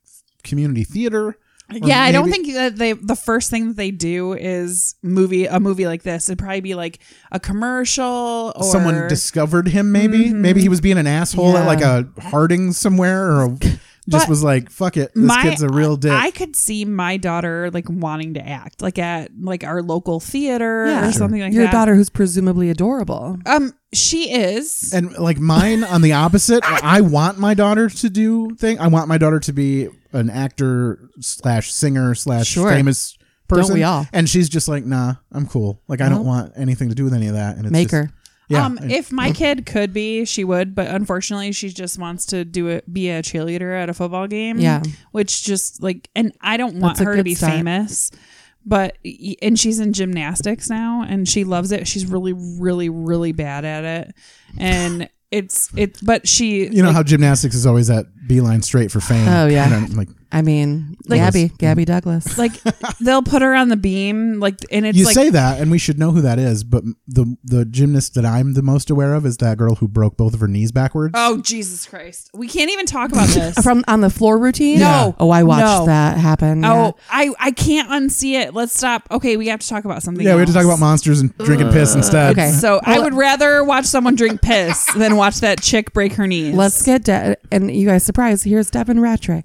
community theater. or
Yeah, I don't
maybe-
think that they the first thing that they do is movie a movie like this. It'd probably be like a commercial or Mm-hmm.
someone discovered him maybe maybe he was being an asshole at
Yeah.
like a harding somewhere or a, just
But
was like, "Fuck it, this kid's a real dick."
I could see my daughter like wanting to act like at like our local theater or something like
Your
that.
daughter, who's presumably adorable.
um, she is.
and like mine on the opposite, I want my daughter to do thing. I want my daughter to be an actor slash singer slash
Sure.
famous person.
we all?
And she's just like, "Nah, I'm cool. Like I don't want anything to do with any of that." And it's
Make
just-
her.
Yeah.
um, if my kid could be, she would, but unfortunately, she just wants to do it, be a cheerleader at a football game.
Yeah.
which just like, and I don't want
That's a
her to
good
be
start.
famous. But y- and she's in gymnastics now, and she loves it. She's really, really, really bad at it, and it's it's. But she,
you know how gymnastics is always that beeline straight for fame.
Oh, yeah.
And I'm like
I mean,
Like-
Gabby, Gabby Douglas.
like they'll put her on the beam like and it's
you
like
say that, and we should know who that is. But the the gymnast that I'm the most aware of is that girl who broke both of her knees backwards.
oh jesus christ we can't even talk about this
From on the floor routine.
No.
Oh, I watched
No.
that happen. yeah.
oh i i can't unsee it let's stop okay we have to talk about something
yeah, we had to talk
else.
about monsters and drinking piss instead.
Uh, okay.
so i would rather watch someone drink piss than watch that chick break her knees
Let's get De- and you guys surprise. Here's Devin Ratrick.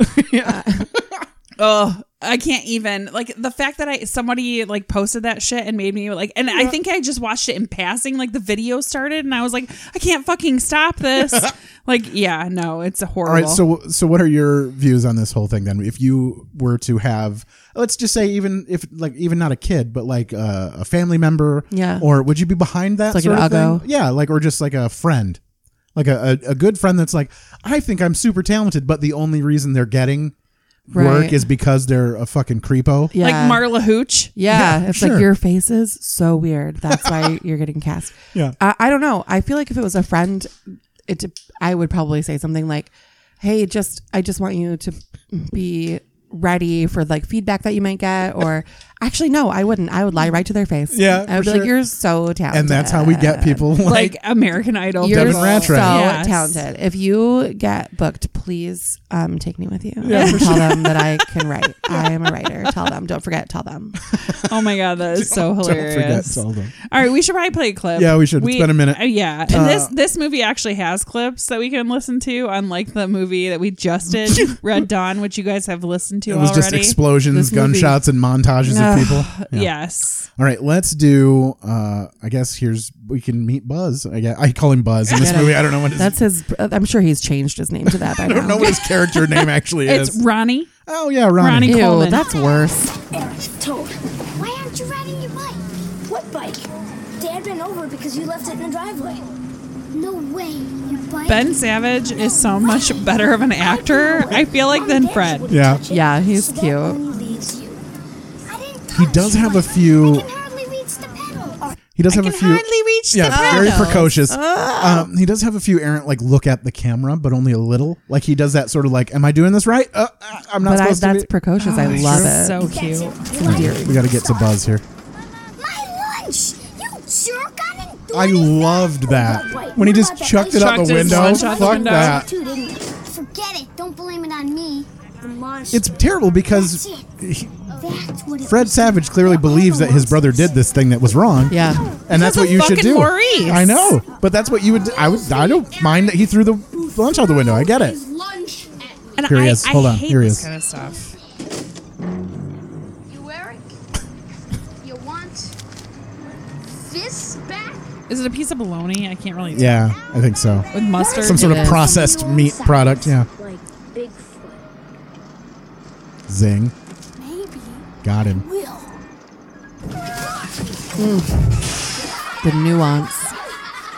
oh i can't even like the fact that i somebody like posted that shit and made me like and i think i just watched it in passing like the video started and i was like i can't fucking stop this like yeah no it's
All
horrible
right.
Uh-huh.
So so what are your views on this whole thing then? If you were to have, let's just say, even if like even not a kid, but like uh, a family member,
Yeah.
Or would you be behind that
It's like
sort
an
of
uggo.
thing? Yeah, like or just like a friend. Like a, a, a good friend that's like, I think I'm super talented, but the only reason they're getting work
Right.
is because they're a fucking creepo.
Yeah.
like marla hooch
Yeah,
Yeah,
it's
sure.
like your face is so weird. That's why you're getting cast.
Yeah.
I, I don't know. I feel like if it was a friend, it dep- I would probably say something like, "Hey, just I just want you to be ready for like feedback that you might get." Or actually, no, I wouldn't. I would lie right to their face.
Yeah,
I would
for
be
sure.
like, "You're so talented,"
And that's how we get people like,
like American Idol.
You're
Devin
so
Ratrick.
Yes.
talented. If you get booked, please um, take me with you. and tell them that I can write. I am a writer. Tell them. Don't forget. Tell them.
Oh my god, that is so
don't forget
hilarious.
tell them.
All right, we should probably play a clip.
Yeah, we should. It's been a minute.
uh, yeah, and this this movie actually has clips that we can listen to, unlike the movie that we just did, Red Dawn, which you guys have listened to
It was just
already.
explosions,
This movie-
gunshots, and montages of
Ugh.
people. Yeah.
Yes,
All right, let's do. Uh, I guess here's we can meet Buzz. I guess I call him Buzz in this movie. I don't know what his,
That's his. I'm sure he's changed his name to that by
I don't
now.
know what his character name actually is.
it's Ronnie.
oh yeah, Ronnie.
Ronnie.
Ew,
Coleman.
that's worse.
Eric, Toad,
Why aren't you riding your bike?
what bike?
Dad ran over because you left it in the driveway.
No way. Your bike.
Ben Savage is so much better of an actor. I feel like than Fred.
Yeah,
Yeah, he's
That
cute.
one leaves you. I didn't
he
touch
does have a
one. I
few.
can hardly reach the pedal. Or
He does
I
have
can
a few.
hardly reach the Ah.
Yeah, very
pedal.
precocious. Um, he does have a few errant like look at the camera, but only a little. Like he does that sort of like, "Am I doing this right? Uh, uh, I'm not
But I,
supposed
that's
to." Be.
precocious. I love it.
Oh, So
that's
cute.
it. Why did
we got to get to
stop?
Buzz here.
My lunch! You jerk! I didn't do
I
anything.
loved that.
Wait, wait,
When he
what
just
about that
chucked
ice
it out
Chucked
the
his
window.
lunch out the
Fuck
window.
that.
too, didn't it? Forget it. Don't blame it on me. The monster.
It's terrible because
That's it.
he,
That's what it
Fred Savage clearly believes that his brother did this thing that was wrong.
Yeah.
and that's
Because
what
of
you should
fucking
do.
Maurice.
I know, but that's what you would. I would. I don't mind that he threw the lunch out the window. I get it.
lunch at me.
And
Here
I,
he is.
I
Hold on.
hate
Here he
this
is.
kind of stuff.
You, Eric? You want this back?
Is it a piece of bologna? I can't really. tell.
Yeah, I think so.
With mustard.
Some sort
It
of
is.
processed meat product. Yeah.
Like Bigfoot.
Zing.
Maybe.
Got him.
Will.
The nuance.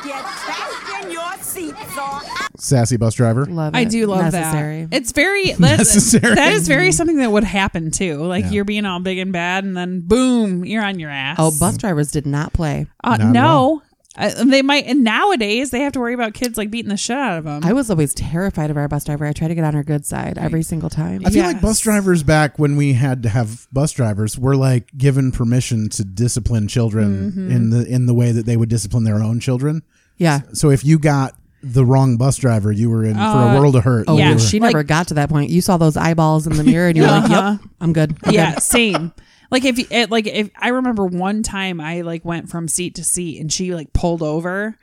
Get back in your seat, Thor.
Sassy bus driver.
Love it.
I do love
Necessary.
that. It's very that,
Necessary.
That is very something that would happen too. Like
Yeah.
you're being all big and bad, and then boom, you're on your ass.
Oh, bus drivers did not play.
uh,
Not at all.
no, uh, they might. And nowadays, they have to worry about kids like beating the shit out of them.
I was always terrified of our bus driver. I tried to get on her good side every single time.
I feel like
Yes.
bus drivers back when we had to have bus drivers were like given permission to discipline children
Mm-hmm.
in the in the way that they would discipline their own children.
Yeah.
So if you got the wrong bus driver, you were in for a world of hurt.
Oh,
Uh, Yeah.
You
well,
were-
she
Like-
never got to that point. You saw those eyeballs in the mirror, and you were like,
Uh-huh.
"Yep, I'm good." I'm
yeah,
good."
same. Like if you- it, like if I remember one time I like went from seat to seat, and she like pulled over.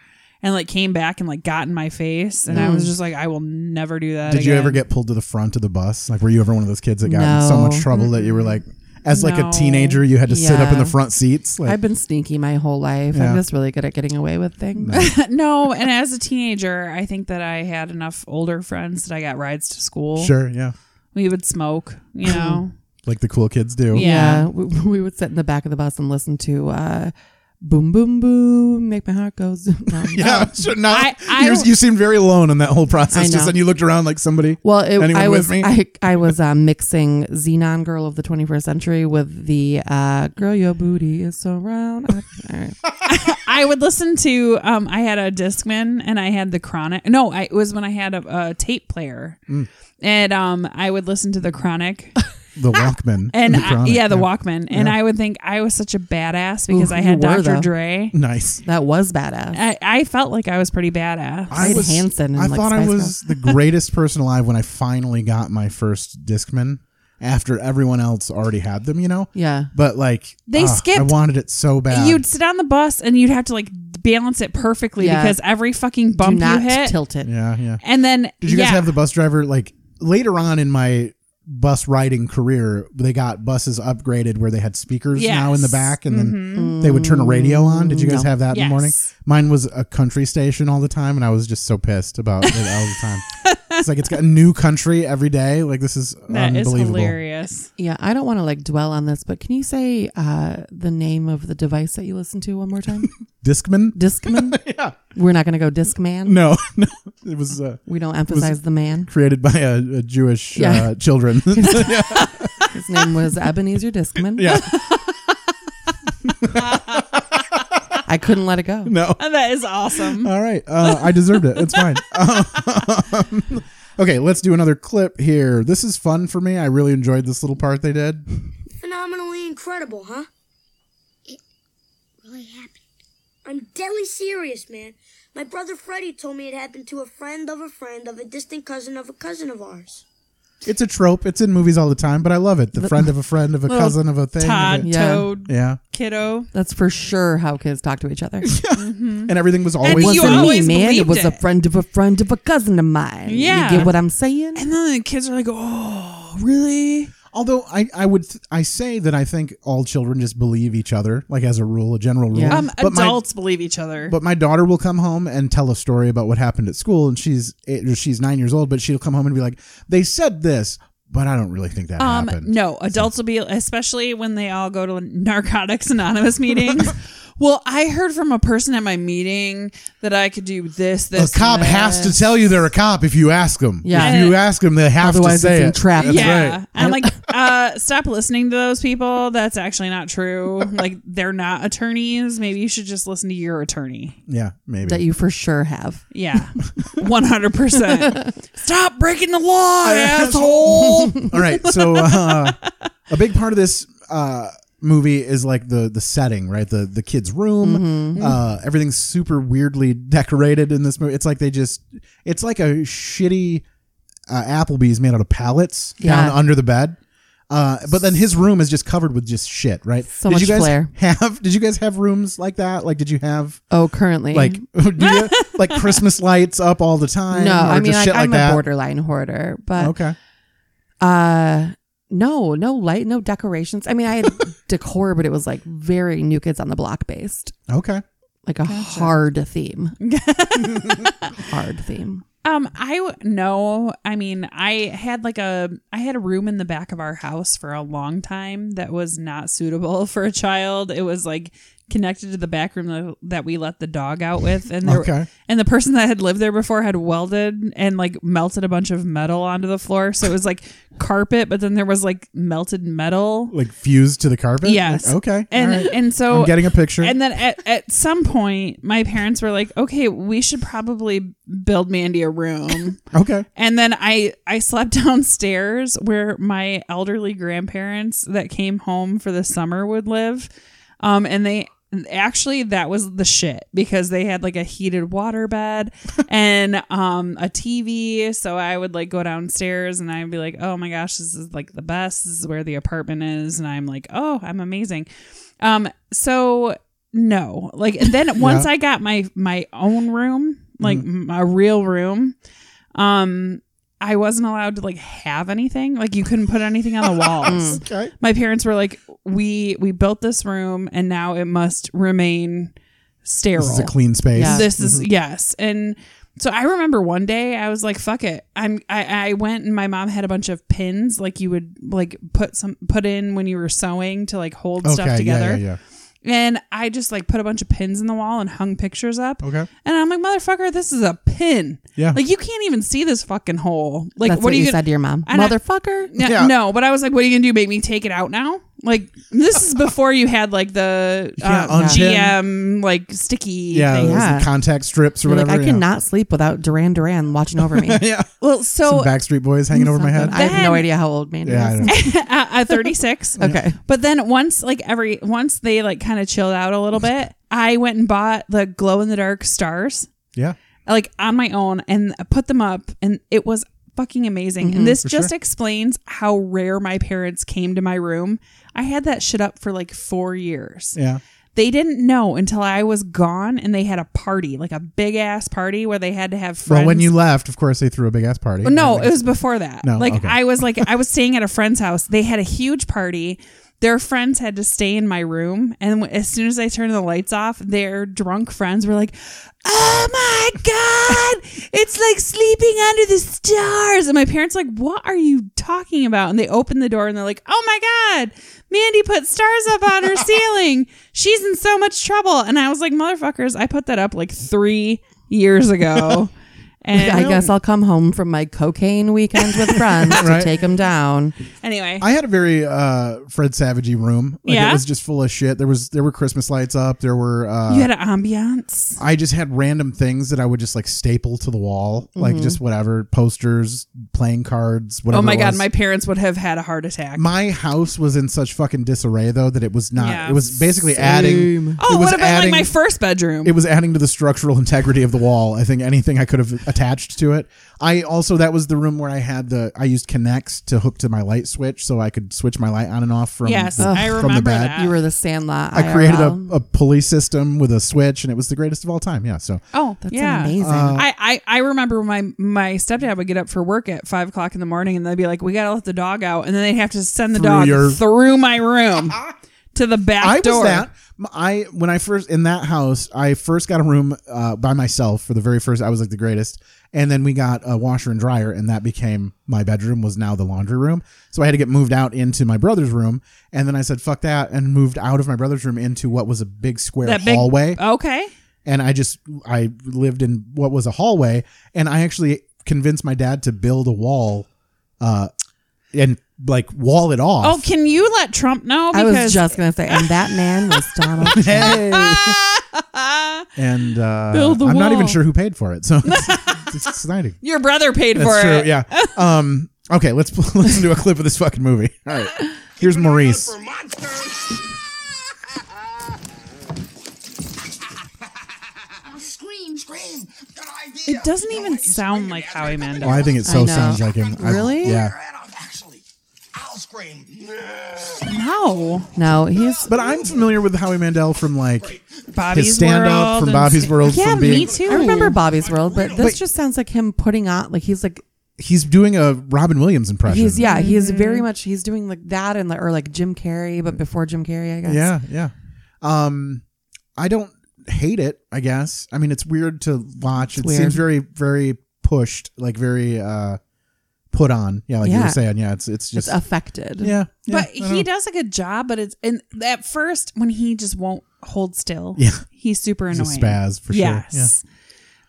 and like came back and like got in my face and I was just like I will never do that
Mm. Did you
again.
ever get pulled to the front of the bus? Like, were you ever one of those kids that got in so
No.
much trouble that you were like, as like
No.
a teenager, you had to sit up in
Yeah.
the front seats? Like,
I've been sneaky my whole life.
Yeah.
I'm just really good at getting away with things.
no and as a teenager I think that I had enough older friends that I got rides to school
sure, yeah,
we would smoke you know
like the cool kids do.
Yeah.
we, we would sit in the back of the bus and listen to uh, "Boom Boom Boom," make my heart go. zoom. No.
Yeah, so now
Uh, I- I
you're-
don't-
you seemed very alone in that whole process.
I
Just
know.
then you looked around like somebody.
Well, it,
Anyone
I
with
was
me?
I, I was uh, mixing Xenon Girl of the 21st Century with the uh, Girl Your Booty Is So Round. I- all right.
I would listen to. Um, I had a Discman and I had the Chronic. No, I, it was when I had a, a tape player, and um, I would listen to the Chronic
the Walkman
and
the
I-
Chronic,
yeah, the Walkman, and I would think I was such a badass because
Ooh,
I had
you were,
Dr.
though.
Dre.
Nice.
That was badass.
I, I felt like I was pretty badass.
I had Hanson and,
I
like,
thought I
Spice
was the greatest person alive when I finally got my first Discman after everyone else already had them, you know?
Yeah.
But like
They
ah, I
skipped-
wanted it so bad.
You'd sit on the bus and you'd have to like balance it perfectly
Yeah.
because every fucking
Do
bump you
not
hit,
tilt it.
yeah, yeah.
and then
Did you guys
yeah.
have the bus driver like later on in my bus riding career, they got buses upgraded where they had speakers
Yes. Mm-hmm.
now in the back and then they would turn a radio on. Did you guys
No.
have that in the morning?
Yes.
Mine was a country station all the time and I was just so pissed about it all the time. It's like it's got new country every day. Like this is
that is
unbelievable.
hilarious.
Yeah, I don't want to like dwell on this, but can you say uh, the name of the device that you listen to one more time?
Discman?
Discman.
Yeah.
We're not going to go Discman.
No, no. It was uh,
We don't emphasize the man.
created by a, a Jewish
Yeah.
uh, children. yeah.
His name was Ebenezer Discman.
yeah.
I couldn't let it go.
No.
That is awesome.
All right. Uh, I deserved it. It's fine. Um, okay, let's do another clip here. This is fun for me. I really enjoyed this little part they did.
Phenomenally incredible, huh?
Really happy.
I'm deadly serious, man. My brother Freddie told me it happened to a friend of a friend of a distant cousin of a cousin of ours.
It's a trope. It's in movies all the time, but I love it. The friend of a friend of a
Little
cousin of a thing. of
Todd,
a-
Yeah.
Toad,
yeah.
Kiddo.
That's for sure how kids talk to each other.
And everything was always
Mm-hmm.
true.
you
Wasn't
always
me, man. It
believed
was a
it.
friend of a friend of a cousin of mine.
Yeah.
You get what I'm saying?
And then the kids are like, oh, really?
Although I, I would th- I say that I think all children just believe each other, like as a rule, a general rule.
Yeah.
Um,
But my-
adults believe each other.
But my daughter will come home and tell a story about what happened at school, and she's eight, or she's nine years old, but she'll come home and be like, "They said this, but I don't really think that
um,
happened."
no, adults will be, especially when they all go to Narcotics Anonymous meetings. well, I heard from a person at my meeting that I could do this,
a
this.
cop
and
has to
this.
tell you they're a cop if you ask them.
Yeah.
if you ask them, they have
Otherwise,
to say
it's
it.
entrapment.
yeah,
right.
I'm like, uh, stop listening to those people. That's actually not true. Like, they're not attorneys. Maybe you should just listen to your attorney.
Yeah, maybe.
That you for sure have.
Yeah, 100. percent Stop breaking the law, asshole.
All right, so uh, a big part of this uh, movie is like the the setting, right? The the kid's room,
Mm-hmm.
uh, everything's super weirdly decorated in this movie. It's like they just, it's like a shitty uh, Applebee's made out of pallets
Yeah.
down under the bed. Uh, but then his room is just covered with just shit, right?
So
did
much
you guys
flair.
have? Did you guys have rooms like that? Like, did you have
Oh, currently.
like do you, like Christmas lights up all the time?
no,
or
I mean,
just
like,
shit like
I'm
that?
a borderline hoarder, but
Okay,
uh, no, no light, no decorations. I mean, I had decor, but it was like very new kids on the block based,
okay.
like a hard theme. hard theme.
Um, I w- no, I mean, I had like a I had a room in the back of our house for a long time that was not suitable for a child. It was like connected to the back room tha- that we let the dog out with, and there,
Okay.
and the person that had lived there before had welded and like melted a bunch of metal onto the floor, so it was like carpet, but then there was like melted metal.
like fused to the carpet.
Yes.
Like, okay.
And
all right.
and so
I'm getting a picture.
and then at, at some point, my parents were like, okay, we should probably build Mandy a room.
okay.
And then I I slept downstairs where my elderly grandparents that came home for the summer would live. Um and they actually that was the shit because they had like a heated water bed and um a TV so I would like go downstairs and I'd be like oh my gosh this is like the best this is where the apartment is and I'm like oh I'm amazing um so no like and then once i got my my own room like
Mm-hmm.
m a real room um i wasn't allowed to like have anything like you couldn't put anything on the walls
Mm, Okay.
my parents were like we we built this room and now it must remain sterile
This is a Mm-hmm. clean space.
Yeah.
this is yes and so i remember one day i was like fuck it i'm I, I went and my mom had a bunch of pins like you would like put some put in when you were sewing to like hold
okay.
stuff
yeah, yeah,
together
yeah.
and i just like put a bunch of pins in the wall and hung pictures up
Okay.
and i'm like motherfucker this is a pin
Yeah.
like you can't even see this fucking hole like
That's
what,
what,
are
you,
you,
said
gonna
to your mom,
And I-
motherfucker.
no,
Yeah.
no, but I was like, "What are you gonna do? Make me take it out now?" Like this is before you had like the
Yeah,
um,
unpin.
GM like sticky
Yeah,
thing.
those
Yeah.
contact strips or
You're
whatever.
like I
yeah.
cannot sleep without Duran Duran watching over me.
Yeah.
Well, so
Some Backstreet Boys hanging over my head.
Oh, I have
Then-
no idea how old man
yeah, I
is.
don't know.
at, at 36.
Okay.
But then once like every once they like kind of chilled out a little bit, I went and bought the glow in the dark stars
yeah.
like on my own and I put them up and it was fucking amazing.
Mm-hmm.
and this just explains how rare my parents came to my room. I had that shit up for like 4 years.
Yeah.
They didn't know until I was gone and they had a party, like a big ass party where they had to have friends. Oh,
Well, when you left, of course, they threw a big ass party.
No, it was before that.
No,
like
okay.
I was like I was staying at a friend's house. They had a huge party. Their friends had to stay in my room, and w- as soon as I turned the lights off, their drunk friends were like, "Oh my god, it's like sleeping under the stars!" And my parents were like, "What are you talking about?" And they opened the door and they're like, "Oh my god, Mandy put stars up on her ceiling. She's in so much trouble." And I was like, "Motherfuckers, I put that up like three years ago." And
I guess I'll come home from my cocaine weekend with friends
Right.
to take him down.
anyway,
I had a very uh, Fred Savagey room. Like,
Yeah?
It was just full of shit. There was there were Christmas lights up. There were. Uh,
You had an ambiance.
I just had random things that I would just like staple to the wall, like just whatever posters, playing cards, whatever.
Mm-hmm. Oh my
it
god,
was.
my parents would have had a heart attack.
my house was in such fucking disarray though that it was not.
Yeah.
It was basically adding.
oh,
it was
what about
adding-
like my first bedroom?
It was adding to the structural integrity of the wall. I think anything I could have attached to it. I also that was the room where I had the I used Connects to hook to my light switch, so I could switch my light on and off from
yes,
the, from
I
the
remember
bed.
that.
You were the Sandlot.
I created a,
IRL.
a pulley system with a switch, and it was the greatest of all time. Yeah, so
oh,
That's
yeah.
amazing.
Uh,
I, I, I remember when my, my stepdad would get up for work at five o'clock in the morning and they'd be like, We gotta let the dog out and then they'd have to send the
Through
dog
your-
through my room to the back
I
door.
was that. M- I when I first in that house, I first got a room uh, by myself for the very first. I was like the greatest, and then we got a washer and dryer, and that became my bedroom. Was now the laundry room, so I had to get moved out into my brother's room, and then I said fuck that, and moved out of my brother's room into what was a big square
That big
hallway,
Okay.
and I just I lived in what was a hallway, and I actually convinced my dad to build a wall, uh, and like wall it off.
Oh, can you let Trump know?
I
Because
was just gonna say, and that man was Donald. Trump.
Hey. and uh,
Build the
I'm not
wall.
even sure who paid for it, so it's, it's exciting.
your brother paid
That's
for
true.
it.
Yeah. Um. Okay. Let's listen to a clip of this fucking movie. All right. Here's Maurice.
Scream, scream. Good idea.
It doesn't even sound like Howie Mandel.
Well, Oh, I think it so
I know.
sounds like him. I-
Really?
yeah.
Actually, I'll scream.
No.
No, he's
But I'm familiar with Howie Mandel from like
Bobby's
his stand up
World
from
and-
Bobby's World.
Yeah,
from being,
me too.
I remember Bobby's World, but this just sounds like him putting on like he's like
He's doing a Robin Williams impression.
he's yeah he's
Mm-hmm.
very much he's doing like that and like, or like Jim Carrey, but before Jim Carrey, I guess.
Yeah. Yeah. Um. I don't hate it. I guess. I mean, it's weird to watch. it
weird.
seems very, very pushed. Like very. uh Put on, yeah, like you
Yeah.
were saying, yeah, it's it's
it's
just
affected.
Yeah, yeah,
but
I don't
he
know.
does a good job. But it's and at first when he just won't hold still,
Yeah.
he's super
He's a
annoying.
spaz for sure.
yes.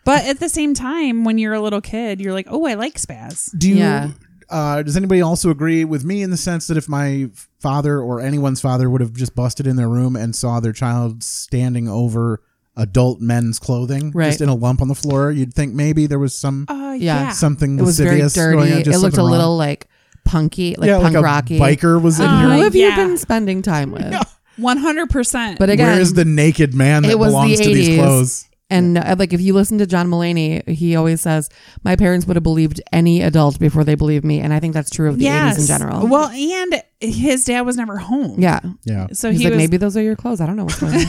But at the same time, when you're a little kid, you're like, oh, I like spaz.
Do you,
Yeah.
uh, does anybody also agree with me in the sense that if my father or anyone's father would have just busted in their room and saw their child standing over adult men's clothing,
Right.
just in a lump on the floor, you'd think maybe there was some
Uh,
Yeah.
yeah.
something
it was very
lascivious going on.
dirty.
Just
It looked a
something
little
wrong.
like punky, like
yeah, like
punk
a
rocky.
biker was in
Uh,
here.
Who have
Yeah.
you been spending time with?
One hundred percent.
But again,
Where is the naked man that
it was
belongs
the
to these
80s.
clothes?
And uh, like, if you listen to John Mulaney, he always says, "My parents would have believed any adult before they believed me," and I think that's true of the
yes,
'80s in general.
Well, and his dad was never home.
yeah,
Yeah.
So
he's
he
like,
was.
maybe those are your clothes. I don't know what's going on.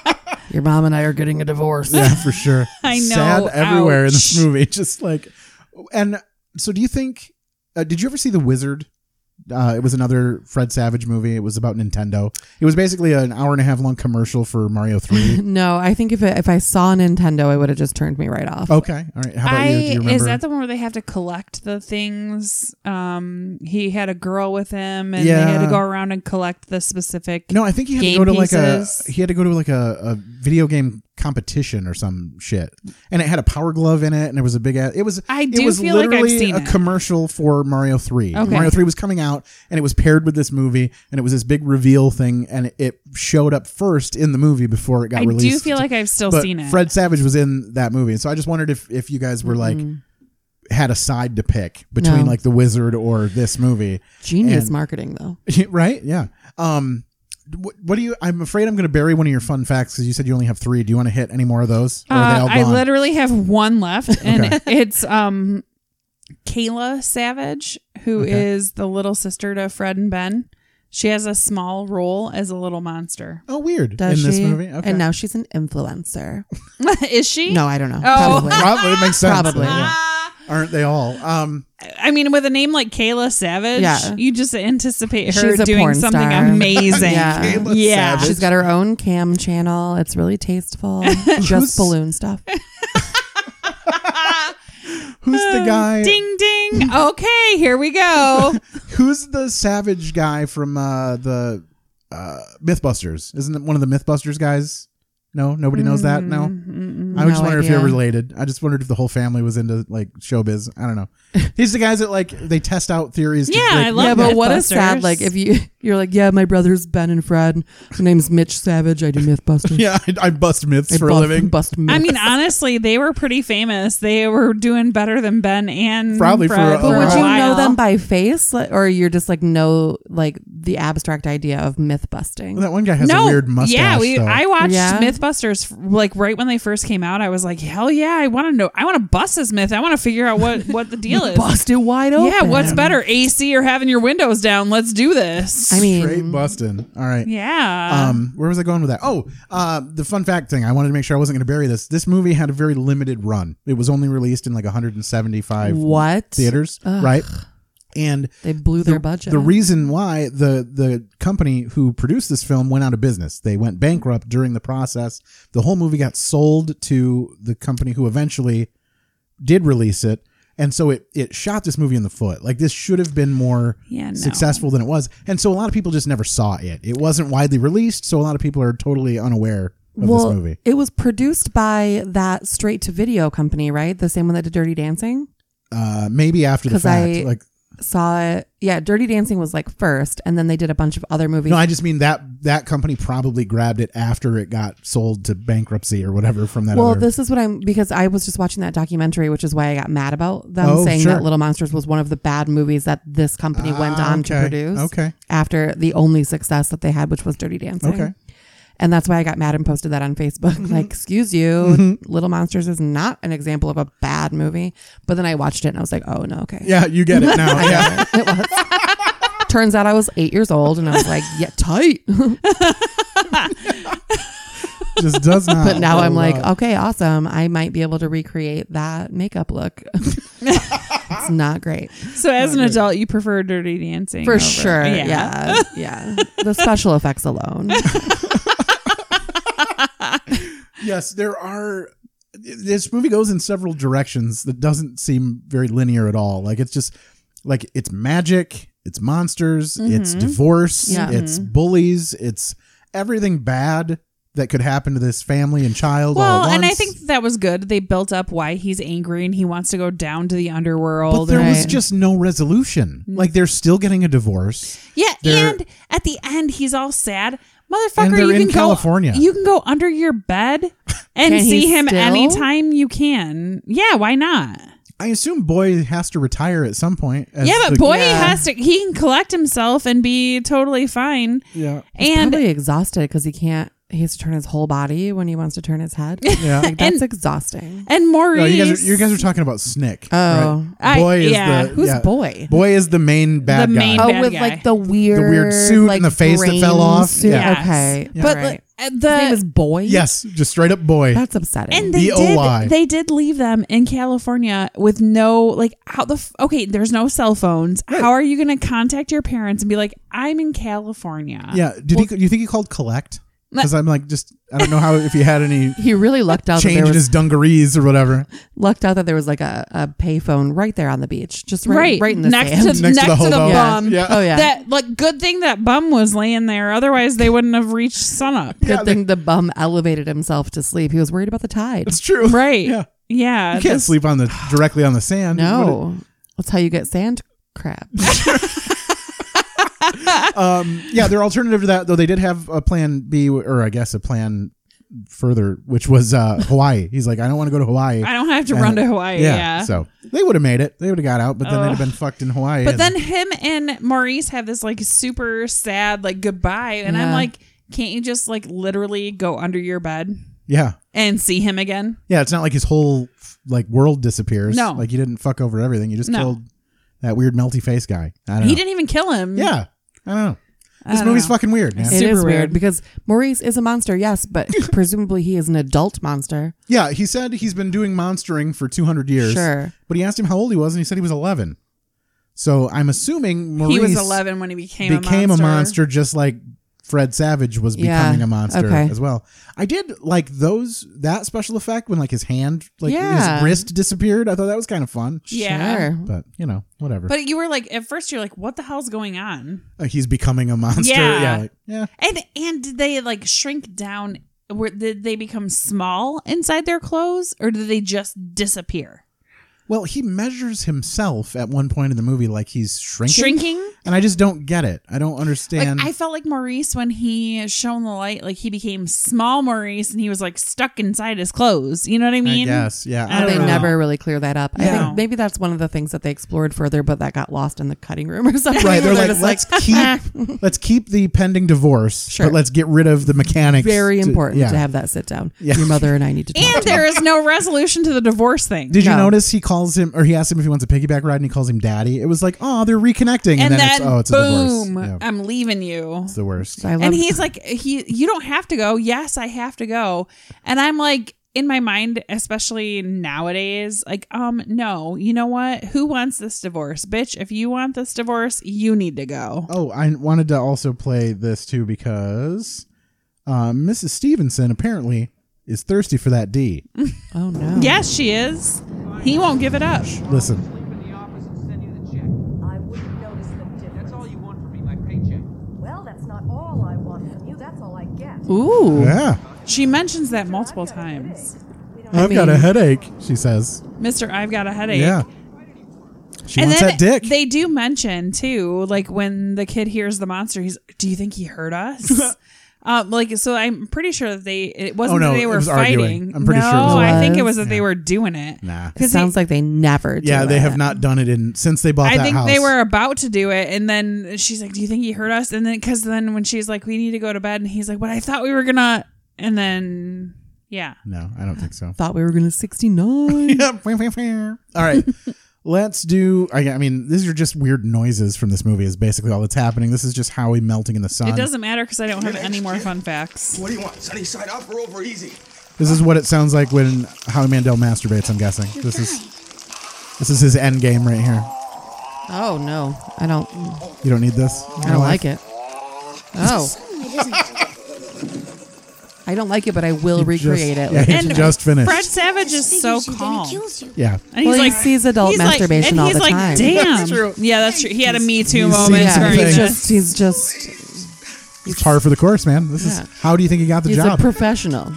Your mom and I are getting a divorce.
Yeah, for sure.
I know.
Sad everywhere in this
Ouch.
movie. Just like, and so do you think? Uh, did you ever see The Wizard? Uh, it was another Fred Savage movie. It was about Nintendo. It was basically an hour and a half long commercial for Mario Three.
No, I think if it, if I saw Nintendo, it would have just turned me right off.
okay, all right. How about
I
you? Do you remember?
is that the one where they have to collect the things? Um, he had a girl with him, and they had to
Yeah.
go around and collect the specific.
no, I think he had to
game
go to like
pieces?
a he had to go to like a, a video game competition or some shit, and it had a power glove in it, and it was a big ass. It was
I
it
do
was
feel like I've
literally
seen
a
it.
commercial for Mario Three.
Okay.
Mario Three was coming out, and it was paired with this movie, and it was this big reveal thing, and it, it showed up first in the movie before it got
I
released.
do feel like I've still
but
seen it.
Fred Savage was in that movie, and so I just wondered if if you guys were like
Mm-hmm.
had a side to pick between
No.
like the Wizard or this movie.
Genius
And-
marketing, though.
right? Yeah. Um, what, what do you? I'm afraid I'm going to bury one of your fun facts because you said you only have three. Do you want to hit any more of those? Or are they
Uh,
all
I
gone?
literally have one left, and it's um, Kayla Savage, who is the little sister to Fred and Ben. She has a small role as a little monster.
oh, weird.
Does
in this
she?
movie, okay.
And now she's an influencer.
is she?
No, I don't
Oh.
know. Probably.
probably it makes sense.
Probably.
Yeah. Aren't they all? Um,
I mean, with a name like Kayla Savage,
Yeah.
you just anticipate her
She's a
doing
porn
something
star.
amazing.
Yeah. Kayla
Yeah.
Savage.
She's got her own cam channel. It's really tasteful.
Who's-
Just balloon stuff.
who's the
Uh,
guy?
Ding ding. Okay, here we go.
Who's the savage guy from uh, the uh, MythBusters? Isn't it one of the MythBusters guys? No, nobody knows that. No,
Mm,
I
no
just wonder if
idea.
you're related. I just wondered if the whole family was into like showbiz. I don't know. He's the guys that like they test out theories. to,
Yeah,
like,
I love
yeah, but what a
Mythbusters.
sad like if you you're like yeah, my brother's Ben and Fred. My name's Mitch Savage. I do MythBusters.
Yeah, I, I bust myths
I
for
bust,
a living.
Bust myths.
I mean, honestly, they were pretty famous. They were doing better than Ben and
Probably for
Fred
a
for
But
a
would you
while.
know them by face, Like- or you're just like know like the abstract idea of myth busting?
Well, that one guy has a weird mustache.
Yeah, we.
though.
I watched
Yeah.
MythBusters f- like right when they first came out. I was like, hell yeah, I want to know. I want to bust this myth. I want to figure out what what the deal is.
Bust it wide open.
Yeah, what's better, AC or having your windows down? Let's do this.
I
straight
mean,
busting. All right.
yeah.
Um, where was I going with that? Oh, uh, the fun fact thing. I wanted to make sure I wasn't going to bury this. This movie had a very limited run. It was only released in like 175
what
theaters, right? And
They blew their budget.
the reason why the the company who produced this film went out of business. They went bankrupt during the process. The whole movie got sold to the company who eventually did release it. And so it it shot this movie in the foot. Like this should have been more
Yeah, no.
successful than it was. And so a lot of people just never saw it. It wasn't widely released, so a lot of people are totally unaware of
well,
this movie.
it was produced by that straight to video company, right? The same one that did Dirty Dancing.
Uh maybe after the
'Cause
fact.
I-
like
Saw it. Yeah, Dirty Dancing was like first, and then they did a bunch of other movies.
no, I just mean that that company probably grabbed it after it got sold to bankruptcy or whatever from that
well,
other
this is what I'm because I was just watching that documentary, which is why I got mad about them
Oh,
saying
sure.
that Little Monsters was one of the bad movies that this company went
Ah,
on to
okay.
produce.
Okay.
After the only success that they had, which was Dirty Dancing.
Okay. Mm-hmm.
And that's why I got mad and posted that on Facebook. Like, excuse you, Little Monsters is not an example of a bad movie. But then I watched it and I was like, oh no, okay.
Yeah, you get it now. yeah.
Turns out I was eight years old and I was like, yeah, tight.
Just does not.
But now I'm
hold
like, uh,
up.
okay, awesome. I might be able to recreate that makeup look. it's not great.
so as an adult, you prefer Dirty Dancing
For
over-
sure. Yeah. Yeah. The special effects alone.
yes, there are. This movie goes in several directions that doesn't seem very linear at all. Like it's just like it's magic, it's monsters, it's divorce,
Mm-hmm. Yeah.
it's bullies, it's everything bad that could happen to this family and child. all
Well,
at
and I
once.
think that was good. They built up why he's angry and he wants to go down to the underworld.
But there was
Right. Mm.
just no resolution. Like they're still getting a divorce.
yeah,
they're-
and at the end, he's all sad.
And
Motherfucker,
they're
you
in
can
California.
go. You can go under your bed and
Can he
see him
still?
anytime you can. Yeah, why not?
I assume Boy has to retire at some point. as
yeah,
the-
but boy
yeah.
has to. He can collect himself and be totally fine.
Yeah.
and
Probably exhausted because he can't he has to turn his whole body when he wants to turn his head.
Yeah.
Like, that's
And-
exhausting.
And Maurice.
No, you guys, are, you guys are talking about Snick.
Oh.
I-
boy is
yeah.
the
Who's
yeah.
Boy?
Boy is the main bad
main
guy.
bad
oh, with
guy.
like the weird,
suit and
like,
the face that
brain
fell off.
Suit.
Yes.
Okay,
But
All right.
like,
his
the
name is Boy.
yes, just straight up boy.
that's upsetting.
and they
B-O-Y.
did they did leave them in California with no like how the f- okay there's no cell phones. How are you going to contact your parents and be like I'm in California?
yeah. Did he? You think he called collect? Because I'm like, just I don't know how if he had any
he really lucked out. That
change
there
in
was
his dungarees or whatever.
lucked out that there was like a, a payphone right there on the beach, just right, right, in the
next
sand.
to
Next
next,
to the
to the,
hobo.
bum.
Yeah.
oh yeah,
That like good thing that bum was laying there. Otherwise they wouldn't have reached sunup.
good thing the bum elevated himself to sleep. He was worried about the tide.
It's true.
Right.
Yeah.
Yeah.
You can't
this-
sleep on the directly on the sand. What
No, that's how you get sand crab.
um, yeah, their alternative to that, though, they did have a plan B, or I guess a plan further, which was uh, Hawaii. He's like, I don't want to go to Hawaii.
I don't have to
And-
run to Hawaii. Yeah.
So they would have made it. They would have got out, but then they'd have been fucked in Hawaii. and-
But then him and Maurice have this like super sad like goodbye, and I'm
Yeah.
like, can't you just like literally go under your bed
yeah,
and see him again?
yeah, it's not like his whole like world disappears.
No.
like you didn't fuck over everything. You just
No.
killed that weird melty face guy. I don't
He
know.
didn't even kill him.
Yeah, I don't know.
I
This
don't
movie's
know.
fucking weird, man.
it
Super
is
weird.
weird because Maurice is a monster, yes, but presumably he is an adult monster.
Yeah, he said he's been doing monstering for 200 years.
Sure.
But he asked him how old he was, and he said he was 11. So I'm assuming Maurice
He was 11 when he became
became a monster just like Fred Savage was
Yeah,
becoming a monster
okay.
as well. I did like those that special effect when like his hand like
Yeah.
his wrist disappeared. I thought that was kind of fun.
Yeah.
Sure.
But you know, whatever.
But you were like, at first you're like, what the hell's going on?
Uh, he's becoming a monster.
Yeah.
Yeah. like, yeah.
And and did they like shrink down? Were, did they become small inside their clothes, or did they just disappear?
Well, he measures himself at one point in the movie like he's shrinking.
Shrinking.
And I just don't get it. I don't understand.
Like I felt like Maurice when he shone the light, like he became small Maurice and he was like stuck inside his clothes. You know what I mean?
guess, yeah. I
don't
They
know.
never really clear that up. I
No.
think maybe that's one of the things that they explored further, but that got lost in the cutting room or something.
Right, they're
They're
like,
just
let's keep let's keep the pending divorce,
Sure.
but let's get rid of the mechanics.
very
to-
important
yeah.
to, have that sit down.
Yeah.
Your mother and I need to talk.
And
today.
there is no resolution to the divorce thing.
Did you
No.
notice he calls him or he asks him if he wants a piggyback ride and he calls him daddy? It was like, oh, they're reconnecting, and,
and,
then,
then,
it's oh, it's a
boom,
divorce. Yeah,
I'm leaving you.
it's the worst.
I love
And he's like, he, you don't have to go. Yes, I have to go. And I'm like, in my mind, especially nowadays, like, um, no, you know what? Who wants this divorce, bitch? If you want this divorce, you need to go.
Oh, I wanted to also play this too because uh, Mrs. Stevenson apparently is thirsty for that D.
Oh no.
Yes, she is. He won't give it up.
Listen,
sleep in the office and send you the check.
I wouldn't notice the difference.
That's all you want from me, my paycheck.
Well, that's not all I want from you. That's all I get.
Ooh.
yeah,
She mentions that multiple times.
I've got a headache. She says,
Mr. I've got a headache.
yeah. She
and
wants
then
that dick.
they do mention too, like when the kid hears the monster, he's, do you think he heard us? um, like, so I'm pretty sure that they, it wasn't
Oh, no,
that they
it
were
was
fighting.
arguing. I'm pretty
no,
sure it was
I think it
arguing.
was that they were doing it.
nah.
It sounds like they never. Do
Yeah, they
it.
have not done it in since they bought
I
that
think
house.
they were about to do it, and then she's like, "Do you think he heard us?" And then, because then when she's like, "We need to go to bed," and he's like, "But I thought we were gonna," and then, yeah,
no, I don't think so.
Thought we were gonna sixty nine.
Yep. All right. Let's do. I, I mean, these are just weird noises from this movie. Is basically all that's happening. This is just Howie melting in the sun.
it doesn't matter because I don't have any more fun facts.
What do you want? Sunny side up or over easy?
This is what it sounds like when Howie Mandel masturbates. I'm guessing this is this is his end game right here.
Oh no, I don't.
You don't need this.
I don't like it. Oh. I don't like it, but I will recreate it.
Yeah, he
And
just finished.
Fred Savage is so calm.
kills you.
yeah.
And
Well, he sees adult
he's like-
Oh, masturbation all the time.
And he's like, damn. Yeah, that's true. He had a Me Too
he's
moment
seen
during
something.
he's
this.
just he's just
It's par for the course, man. This
Yeah.
is how do you think he got the
he's a
job?
professional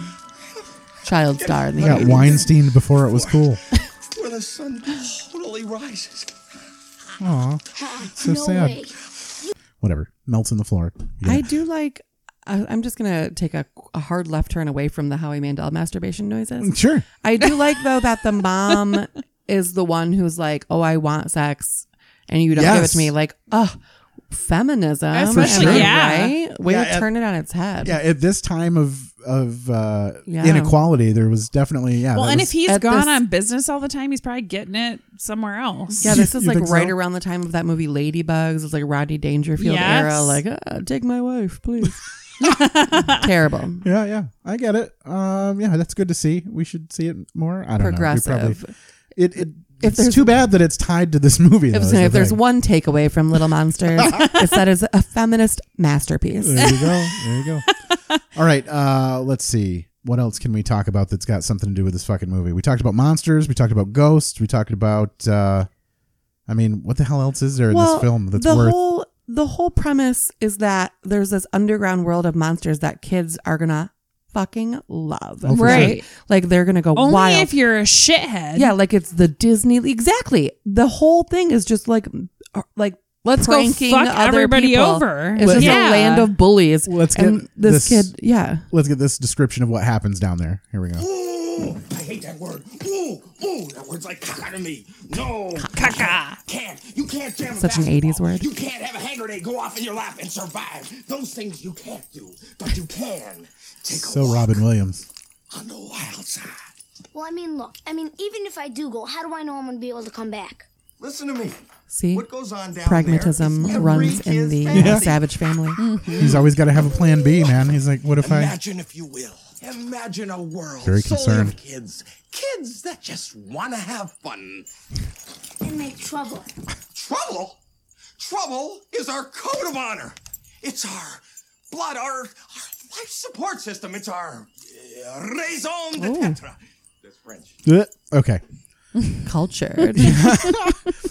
child star in the
he got
80s.
Weinstein before it was cool.
Where the sun totally rises.
Aw, so
no
sad.
way.
Whatever. Melts in the floor. Yeah.
I do like. I, I'm just gonna take a, a hard left turn away from the Howie Mandel masturbation noises.
sure.
I do like though that the mom is the one who's like, "Oh, I want sex," and you don't give it
Yes.
to me. Like, oh, feminism.
Especially-
am I
yeah.
Right? Way
Yeah,
to
at-
turn it on its head.
yeah, at this time of of uh,
Yeah.
inequality, there was definitely yeah.
Well,
that
and
was-
if he's
at
gone
this-
on business all the time, he's probably getting it somewhere else.
Yeah, this is
You
like
think so?
right around the time of that movie Ladybugs. It's like Rodney Dangerfield
Yes.
era. Like, ah, take my wife, please. Terrible.
yeah, yeah, I get it. Um, yeah, that's good to see. We should see it more. I don't know. We
Progressive.
probably- It, it
If
it's
there's-
too bad that it's tied to this movie. Though,
If,
is
if
the
there's
thing.
one takeaway from Little Monsters, it's that it's a feminist masterpiece.
There you go. There you go. All right. Uh, let's see. What else can we talk about that's got something to do with this fucking movie? We talked about monsters. We talked about ghosts. We talked about. Uh, I mean, what the hell else is there in this film that's
the
worth?
whole the whole premise is that there's this underground world of monsters that kids are gonna fucking love,
Oh, for sure.
Right.
Like they're gonna go
Only
wild.
if you're a shithead.
yeah, like it's the Disney. Exactly. The whole thing is just like uh, like
Let's go
pranking
fuck
other
everybody
people.
over.
It's just
Yeah.
a land of bullies.
Let's
and
get
this,
this-
kid. Yeah.
Let's get this description of what happens down there. Here we go.
Ooh, I hate that word. Ooh, ooh, that word's like caca to me. No.
Caca.
Can't. You can't jam a
Such an
basketball.
80s word.
You can't have a hand grenade go off in your lap and survive. Those things you can't do, but you can. Take a
So
walk
Robin Williams.
on the wild side.
Well, I mean, look, I mean, even if I do go, how do I know I'm going to be able to come back?
Listen to me.
See,
What goes on down there is
pragmatism
every
runs in
kid's
the
fantasy.
savage family.
He's always got to have a plan B, man. He's like, what if I?
Imagine, if you will, imagine a world
Very
solely
concerned.
of kids, kids that just want to have fun.
And make trouble.
Trouble, trouble is our code of honor. It's our blood, our, our life support system. It's our uh, raison d'être. That's French.
Ugh. Uh, Okay.
Cultured.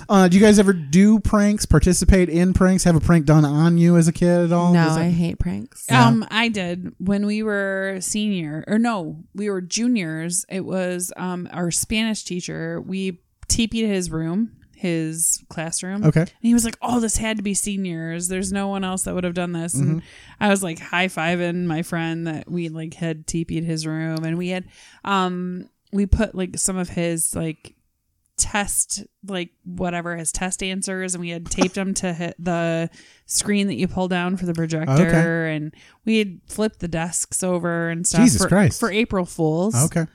Uh, do you guys ever do pranks? Participate in pranks? Have a prank done on you as a kid at all?
no,
Was that-
I hate pranks.
Um, I did when we were senior, or no, we were juniors. It was um our Spanish teacher. We TP'd his room, his classroom.
Okay.
and he was like, "Oh, this had to be seniors. There's no one else that would have done this."
Mm-hmm.
And I was like high fiving my friend that we like had TP'd his room, and we had um we put like some of his like test like whatever his test answers and we had taped them to hit the screen that you pull down for the projector and we had flipped the desks over and stuff
Jesus
for,
Christ.
for April Fools.
Okay.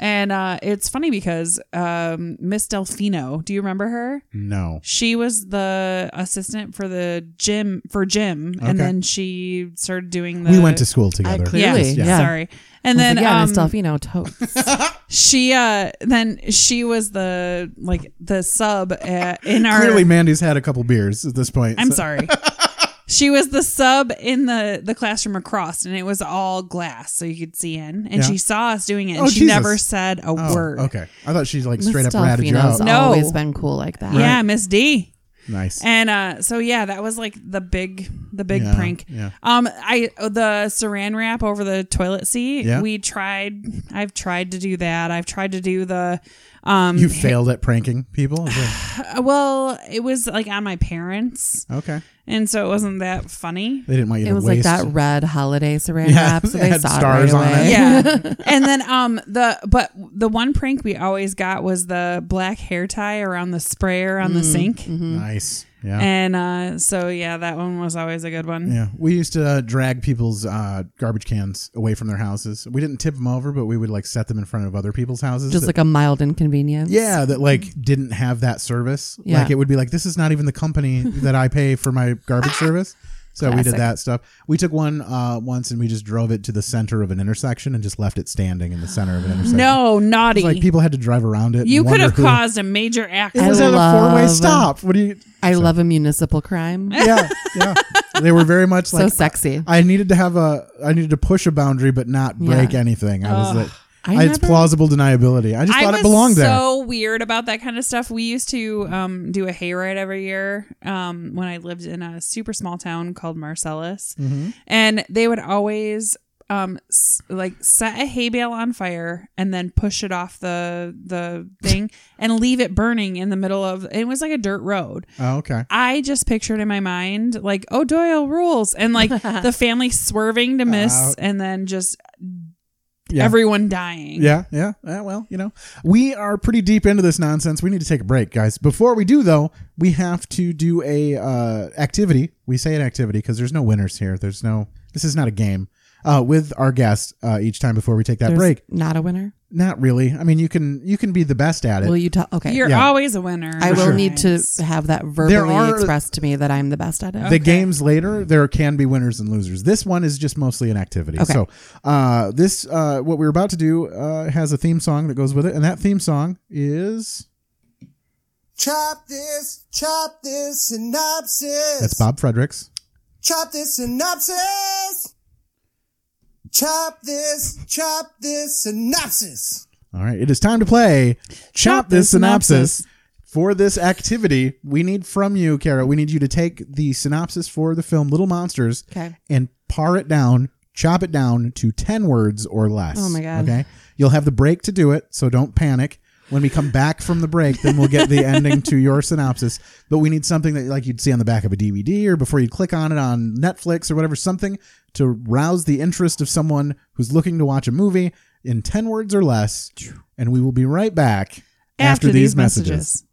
And uh, it's funny because um, Miss Delfino, do you remember her?
No.
She was the assistant for the gym for Jim and
Okay.
then she started doing the
We went to school together.
yeah,
Really? Yeah.
sorry. And
Then,
then
yeah,
um,
Miss Delfino totes.
she uh then she was the like the sub at, in our
Clearly, Mandy's had a couple beers at this point.
I'm
so-
sorry. She was the sub in the the classroom across, and it was all glass, so you could see in. And
Yeah.
she saw us doing it, and
Oh,
she
Jesus.
never said a
Oh,
word.
Okay. I thought she's like
Miss
straight up ratted you
Delfino's
out.
No.
always been cool like that.
Yeah, Miss D.
Nice.
Um,
And uh, so yeah, that was like the big the big
Yeah,
prank.
yeah.
Um, I the Saran wrap over the toilet seat.
Yeah.
We tried. I've tried to do that. I've tried to do the. Um, uh,
you failed at pranking people. Is it-
well, it was like on my parents,
Okay.
and so it wasn't that funny.
They didn't want you
It
to
was like
waste.
that red holiday saran
Yeah,
wrap, so
it
they
had
saw
stars
it right
on
away.
it.
yeah and then um the but the one prank we always got was the black hair tie around the sprayer on the
Mm-hmm.
sink
nice. Yeah.
and uh so yeah that one was always a good one
yeah. We used to uh, drag people's uh, garbage cans away from their houses. We didn't tip them over, but we would like set them in front of other people's houses.
Just
that-
like a mild inconvenience.
yeah, that like didn't have that service.
Yeah.
Like it would be like, this is not even the company that I pay for my garbage service. So we did
Classic.
that stuff. We took one uh, once and we just drove it to the center of an intersection and just left it standing in the center of an intersection.
no naughty
Like people had to drive around it. and
you could
wonder
have
who-
caused a major
It
accident
was
I
at a
love-
four way stop. What do you?
I love a municipal crime.
Yeah, yeah. They were very much
So
like
sexy.
I needed to have a. I needed to push a boundary, but not break
Yeah.
anything. I was like,
I
I it's
never-
plausible deniability. I just
I
thought
was
it belonged there.
so weird about that kind of stuff. We used to um, do a hayride every year um, when I lived in a super small town called Marcellus,
Mm-hmm.
and they would always um, s- like set a hay bale on fire and then push it off the the thing and leave it burning in the middle of. It was like a dirt road.
Oh, okay.
I just pictured in my mind like, oh, Doyle rules, and like the family swerving to miss, and then just
Yeah.
everyone dying.
Yeah, yeah. Eh, well, you know, we are pretty deep into this nonsense. We need to take a break, guys. Before we do, though, we have to do a uh, activity. We say an activity because there's no winners here. There's no. This is not a game. Uh, with our guest uh, each time before we take that
There's
break.
Not a winner.
Not really. I mean, you can you can be the best at it.
Will you tell? Okay.
You're
Yeah.
always a winner.
I will
Sure.
need to have that verbally
are-
expressed to me that I'm the best at it.
the games later there can be winners and losers this one is just mostly an activity
Okay.
so uh, this uh, what we're about to do uh, has a theme song that goes with it and that theme song is
Chop this, chop this synopsis.
that's bob fredericks
Chop this synopsis. Chop this, chop this synopsis.
all right it is time to play chop this synopsis for this activity we need from you kara we need you to take the synopsis for the film little monsters
Okay.
and par it down, chop it down to 10 words or less.
Oh my God.
Okay. You'll have the break to do it, so don't panic. When we come back from the break, then we'll get the ending to your synopsis. But we need something that, like you'd see on the back of a DVD or before you click on it on Netflix or whatever, something to rouse the interest of someone who's looking to watch a movie in 10 words or less. And we will be right back after, these messages.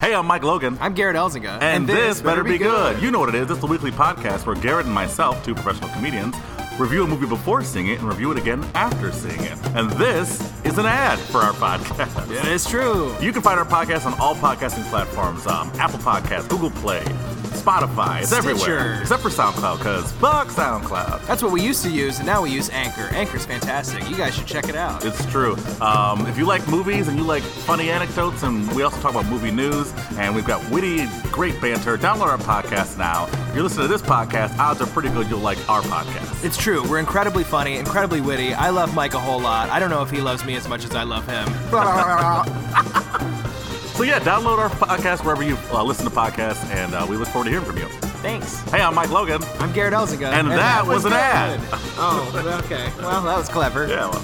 Hey, I'm Mike Logan.
I'm Garrett Elzinga.
And, this, better be good. You know what it is. It's the weekly podcast where Garrett and myself, two professional comedians, review a movie before seeing it and review it again after seeing it. And this is an ad for our podcast.
It is true.
You can find our podcast on all podcasting platforms um, Apple Podcasts, Google Play, Spotify. It's everywhere.
Stitcher.
Except for SoundCloud, because fuck SoundCloud.
That's what we used to use, and now we use Anchor. Anchor's fantastic. You guys should check it out.
It's true. Um, if you like movies and you like funny anecdotes, and we also talk about movie news, and we've got witty, great banter, download our podcast now. If you're listening to this podcast, odds are pretty good you'll like our podcast.
It's true. We're incredibly funny, incredibly witty. I love Mike a whole lot. I don't know if he loves me as much as I love him.
So, yeah, download our podcast wherever you uh, listen to podcasts, and uh, we look forward to hearing from you.
Thanks.
Hey, I'm Mike Logan.
I'm Garrett Elzinga.
And that was an
good.
ad.
Oh, okay. Well, that was clever.
Yeah, well.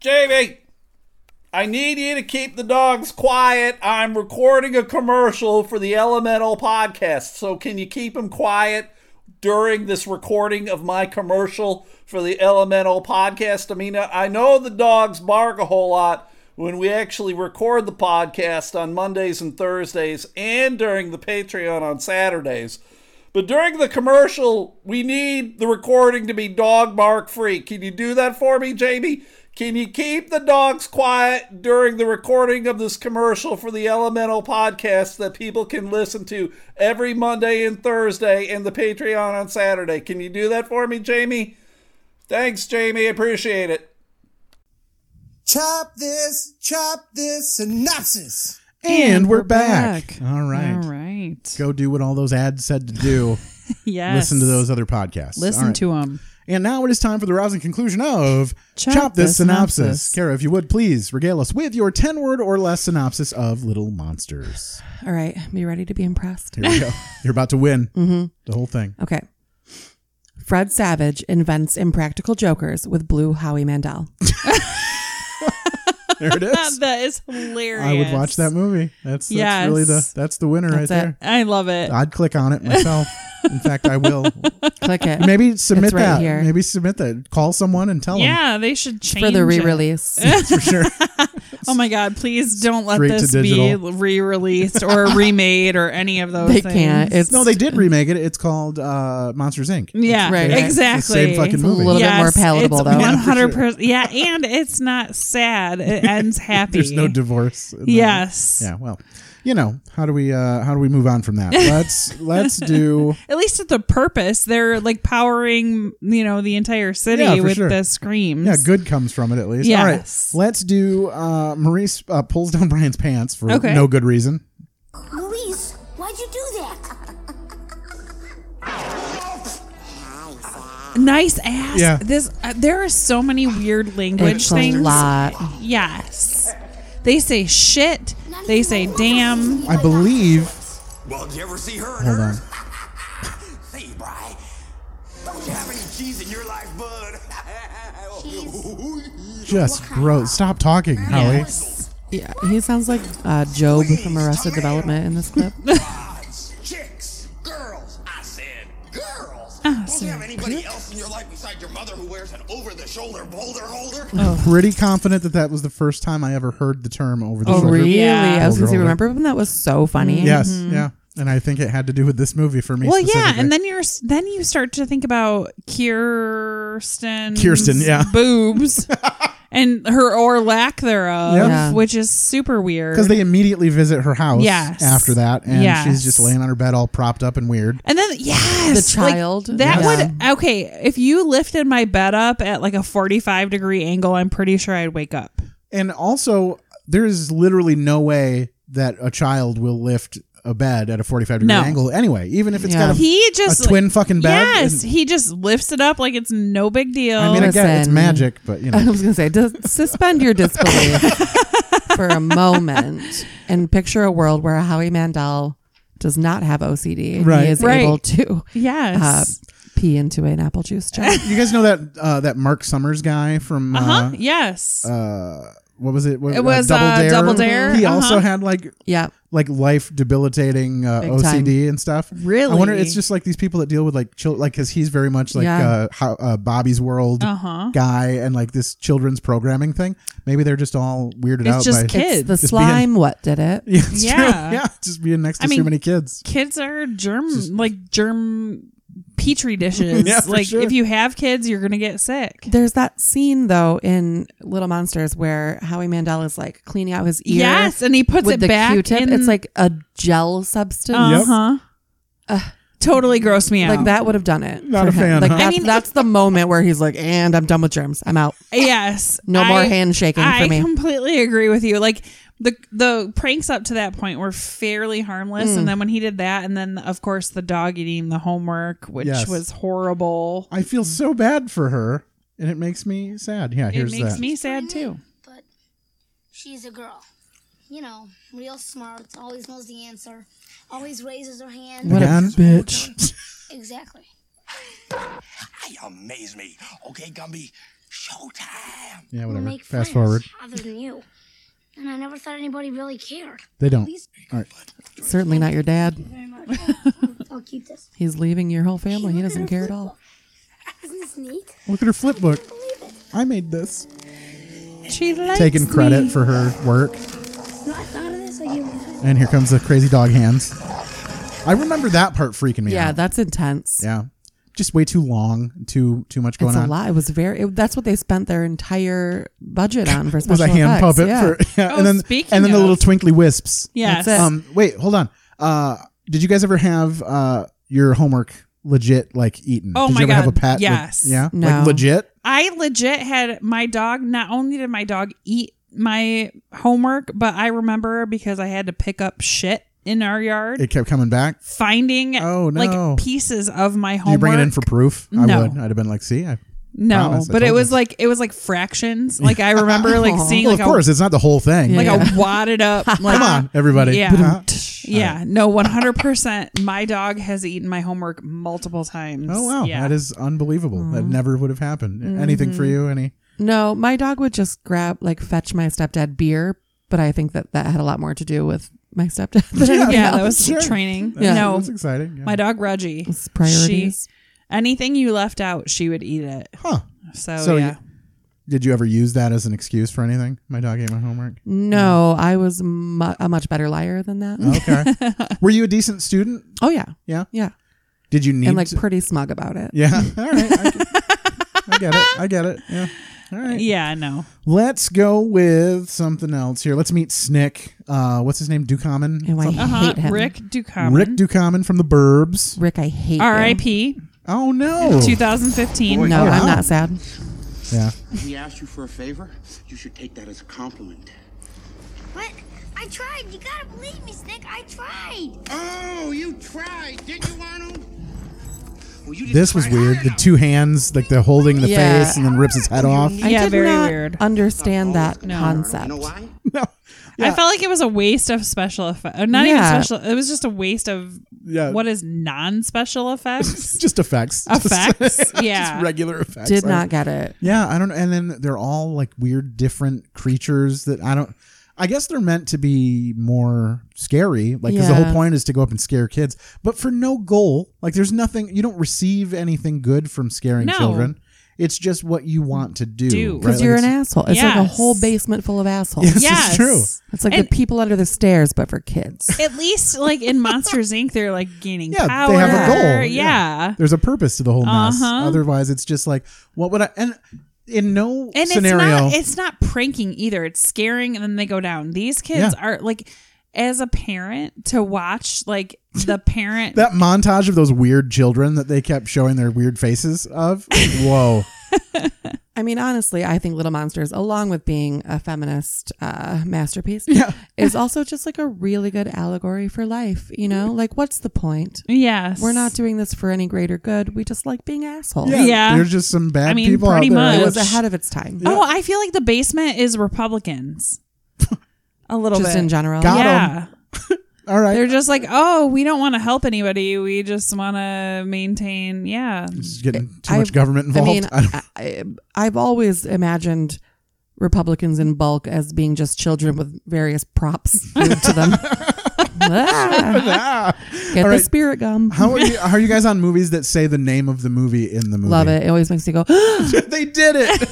Jamie, I need you to keep the dogs quiet. I'm recording a commercial for the Elemental podcast, so can you keep them quiet during this recording of my commercial for the Elemental podcast? I mean, I know the dogs bark a whole lot when we actually record the podcast on Mondays and Thursdays and during the Patreon on Saturdays. But during the commercial, we need the recording to be dog bark free. Can you do that for me, Jamie? Can you keep the dogs quiet during the recording of this commercial for the Elemental podcast that people can listen to every Monday and Thursday and the Patreon on Saturday? Can you do that for me, Jamie? Thanks, Jamie. Appreciate it.
Chop this, chop this synopsis.
And we're back. All right.
All right.
Go do what all those ads said to do.
Yes.
Listen to those other podcasts.
Listen
All right.
to them.
And now it is time for the rousing conclusion of Chop,
Chop
This
the
Synopsis.
Synopsis.
Kara, if you would please regale us with your 10 word or less synopsis of Little Monsters.
All right. Be ready to be impressed.
Here we go. You're about to win
Mm-hmm.
the whole thing.
Okay. Fred Savage invents impractical jokers with blue Howie Mandel.
There it is.
That is hilarious.
I would watch that movie. That's, that's
Yes.
really the that's the winner
That's
right
it.
I love it.
there. I'd click on it myself. In fact, I will.
Click it.
Maybe submit
It's right
that.
here.
Maybe submit that. Call someone and tell
yeah, they should change
for the
it.
re-release.
them for sure.
Oh my god! Please don't let
Straight to
this be
digital.
re-released or remade or any of those.
they
things.
can't. It's
No, they did remake it. It's called uh, Monsters Inc.
Yeah,
Right, right.
exactly.
It's the same fucking
It's
movie.
a little bit more palatable,
it's
though.
One
Yeah, for sure.
hundred percent. Yeah, and it's not sad. It ends happy.
There's no divorce. in that.
Yes.
Yeah. Well, you know how do we uh, how do we move on from that? Let's let's do
At least at the purpose, they're like powering, you know, the entire city
Yeah, for
with
sure.
the screams.
yeah. Good comes from it at least.
Yes.
All right. Let's do. Uh, Maurice uh, pulls down Brian's pants for
Okay.
no good reason.
Maurice, why'd you do that?
Nice ass.
Yeah.
This uh, there are so many weird language
it's
things.
a lot.
Yes. They say shit. They say damn.
I believe.
Well, did you ever see her?
Hold on.
See, Bry. Don't you have any cheese in your life, bud?
Just gross. Stop talking, Howie.
Yeah, he sounds like uh, Job from Arrested Development in this clip.
Ah,
Chicks, girls. I said girls. Don't you have any anybody else in your life beside your mother who wears an over-the-shoulder boulder holder?
Oh.
I'm pretty confident that that was the first time I ever heard the term over the
Oh,
shoulder.
really? I
Over
was going to
holder.
remember when that was so funny.
Yes,
Mhm.
yeah. And I think it had to do with this movie for me.
Well, yeah,
specifically.
and then you're then you start to think about Kirsten,
Kirsten, yeah.
boobs, and her or lack thereof,
Yeah. Yeah.
which is super weird.
because they immediately visit her house
Yes.
after that, and she's
Yes.
just laying on her bed all propped up and weird.
and then yes,
The
like,
child,
that
yeah.
would okay. If you lifted my bed up at like a forty five degree angle, I'm pretty sure I'd wake up.
And also, there is literally no way that a child will lift a bed at a 45 degree
No.
angle anyway, even if it's
Yeah.
got a,
He just
a twin fucking bed.
Yes,
and-
he just lifts it up like it's no big deal.
I mean, again, it's
Listen.
magic, but you know.
I was going to say, dis- suspend your disbelief for a moment and picture a world where Howie Mandel does not have OCD.
Right.
He is
Right.
able to
yes.
uh, pee into an apple juice jar.
you guys know that uh, that Mark Summers guy from
uh
uh,
huh. Yes.
uh, what was it? What,
It was, uh, Double Dare,
He
uh-huh.
also had like
yeah.
like life debilitating uh,
Big
OCD and stuff.
Really?
I wonder. It's just like these people that deal with like children, like because he's very much like
Yeah.
uh, how, uh, Bobby's World
Uh-huh.
guy and like this children's programming thing. Maybe they're just all weirded
It's
out
just
by
kids.
It's the
Just being-
slime what did it.
Yeah, it's true.
Yeah.
yeah, just being next to
I
too
mean,
many kids.
kids are germ like germ petri dishes.
Yeah, for
like
sure.
if you have kids, you're gonna get sick.
There's that scene though in Little Monsters where Howie Mandel is like cleaning out his ear.
Yes, and he puts
with
it
the
back
Q-tip.
in-
It's like a gel substance.
Uh huh. totally grossed me out.
Like that would have done it.
Not
for
a
him.
fan,
Like
huh? I
that's,
mean-
that's the moment where he's like, and I'm done with germs. I'm out.
Yes.
No more
I-
handshaking
I
for me.
completely agree with you. Like the the pranks up to that point were fairly harmless,
Mm.
and then when he did that, and then of course the dog eating the homework, which
Yes.
was horrible.
I feel so bad for her, and it makes me sad. Yeah,
Mm. It
here's
makes
that.
me sad too.
But she's a girl. You know, real smart, always knows the answer, always raises her hand.
What
Again?
a bitch.
Exactly.
I amaze me. Okay, Gumby, showtime.
yeah,
We'll
whatever.
make
Fast
friends
forward.
Other than you. And I never thought anybody really cared.
They don't.
Please.
All right.
Certainly not your dad.
Very much. I'll, I'll keep this.
He's leaving your whole family. He doesn't care at all.
Isn't this neat?
Look at her flip book. I made this.
She likes
Taking credit
me.
for her work.
No, I thought of this. I gave it to
And here comes the crazy dog hands. I remember that part freaking me
Yeah,
out.
that's intense.
yeah. Just way too long, too too much going
It's a
on.
lot. It was very. It, that's what they spent their entire budget on for
It was
special
a hand
effects.
puppet
Yeah.
for yeah,
Oh,
and then
speaking
and then the
of-
little twinkly wisps.
Yes.
That's it.
Um wait, hold on. Uh did you guys ever have uh your homework legit like eaten?
Oh
did
my
you ever have
God,
a pet? with-
yes.
yeah.
No.
Like legit?
I legit had my dog. Not only did my dog eat my homework, but I remember because I had to pick up shit in our yard,
It kept coming back.
finding
Oh, no.
like pieces of my homework.
Did you bring it in for proof?
No.
I would. I'd have been like, see, I
no,
promise, I
but it
told
was
you.
like it was like fractions. Like I remember like
Aw.
seeing
Well,
like
of course, it's not the whole thing.
a like
Yeah.
a wadded up. Like,
Come on, everybody.
Yeah.
Uh,
Huh?
Yeah, no, one hundred percent. My dog has eaten my homework multiple times.
Oh wow,
yeah.
that is unbelievable. That never would have happened. Anything
Mm-hmm.
for you? Any?
No, my dog would just grab, like, fetch my stepdad beer, but I think that that had a lot more to do with my stepdad. Than
yeah,
anything
that
else.
was
Sure.
training.
That's,
No,
that's exciting. Yeah.
my dog Reggie.
It's priorities.
She, anything you left out, she would eat it.
huh?
So,
So
Oh, yeah.
Did you ever use that as an excuse for anything? My dog ate my homework.
No, I was mu- a much better liar than that.
Okay. Were you a decent student?
Oh yeah,
Mm. Yeah.
yeah,
Did you need?
and like
to-
pretty smug about it.
yeah. All right. I get, I get it. I get it. Yeah. All right.
Yeah, no.
Let's go with something else here. Let's meet Snick. Uh, what's his name? Ducommun.
And I
Something-
Uh-huh.
hate him.
Rick Ducommun.
Rick Ducommun from the Burbs.
Rick, I hate you.
R.I.P.
Oh no.
2015.
No,
Wow.
I'm not sad.
Yeah.
He asked you for a favor. You should take that as a compliment.
What? I tried. You gotta believe me, Snick. I tried.
Oh, you tried, did you, Arnold? Well, you didn't
This was
try
weird.
hard
The two hands, like they're holding the
Yeah.
face and then rips his head off.
I
Yeah,
did
very
not
weird.
understand that
No.
enough. You
concept.
know why?
No.
I felt like it was a waste of special effects. Not
Yeah.
even special. It was just a waste of
Yeah.
what is non special effects?
just effects. Just-
effects? Yeah.
Just regular effects.
Did
I-
not get it.
Yeah, I don't. And then they're all like weird, different creatures that I don't. I guess they're meant to be more scary, like because the
Yeah.
whole point is to go up and scare kids, but for no goal. Like there's nothing you don't receive anything good from scaring
No.
children. It's just what you want to do
because
right? Like,
you're an
it's-
asshole. It's like a whole basement full of assholes.
Yes, it's Yes. true.
It's like
And-
the people under the stairs, but for kids.
At least, like in Monsters Inc., they're like gaining
Yeah,
power.
they have a goal.
Yeah.
There's a purpose to the whole mess.
Uh-huh.
Otherwise, it's just like what would I and in no
and
scenario
it's not it's not pranking either it's scaring and then they go down these kids
Yeah.
are like as a parent to watch like the parent
that montage of those weird children that they kept showing their weird faces of. Whoa.
I mean, honestly, I think Little Monsters, along with being a feminist uh, masterpiece, yeah. is also just like a really good allegory for life. You know, like what's the point?
Yes.
we're not doing this for any greater good. We just like being assholes.
Yeah, Yeah. there's just some bad I mean, people out pretty there. much.
It was ahead of its time.
oh i feel like the basement is republicans a little
Just
bit
in general. Got 'em.
yeah
all right
they're just like oh we don't want to help anybody we just want to maintain yeah
Just getting too much government
I
involved.
mean,
I don't-
I, I, I've always imagined Republicans in bulk as being just children with various props glued to them. Ah. Get
All
the
right.
spirit gum.
How are you? How are you guys on movies that say the name of the movie in the movie?
Love it. It always makes me go,
they did it.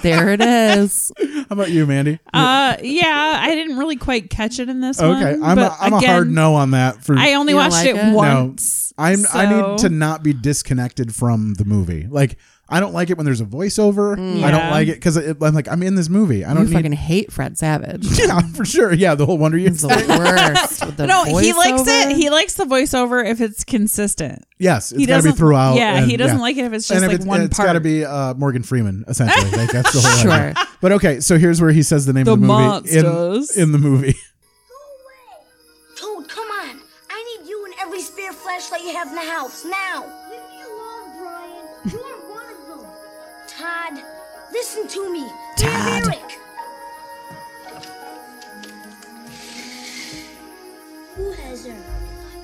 there it is.
How about you, Mandy?
uh yeah i didn't really quite catch it in this one
okay, I'm a,
but
I'm a
again-
hard no on that. For
I only You don't watched like it it? once,
No, I'm I need to
so-
not be disconnected from the movie. Like I don't like it when there's a voiceover.
Mm.
I don't
Yeah.
like it because I'm like I'm in this movie. I don't
you
need
fucking hate Fred Savage.
yeah for sure. Yeah, the whole Wonder Years.
worst. with the
no, he likes
voiceover.
it. He likes the voiceover if it's consistent.
Yes,
He
it's got to be
doesn't-
throughout.
yeah,
and-
he doesn't like it if it's just
And
like one
It's got to be uh, Morgan Freeman essentially. Like, that's the whole
Sure.
idea. But okay, so here's where he says the name
The
of the movie
monsters.
in, in the movie.
Toad, come on. I need you and every spare flashlight you have in the house now. Leave me alone, Brian. You're one of them. Todd, listen to me. We have
Todd.
Eric. Who has Eric?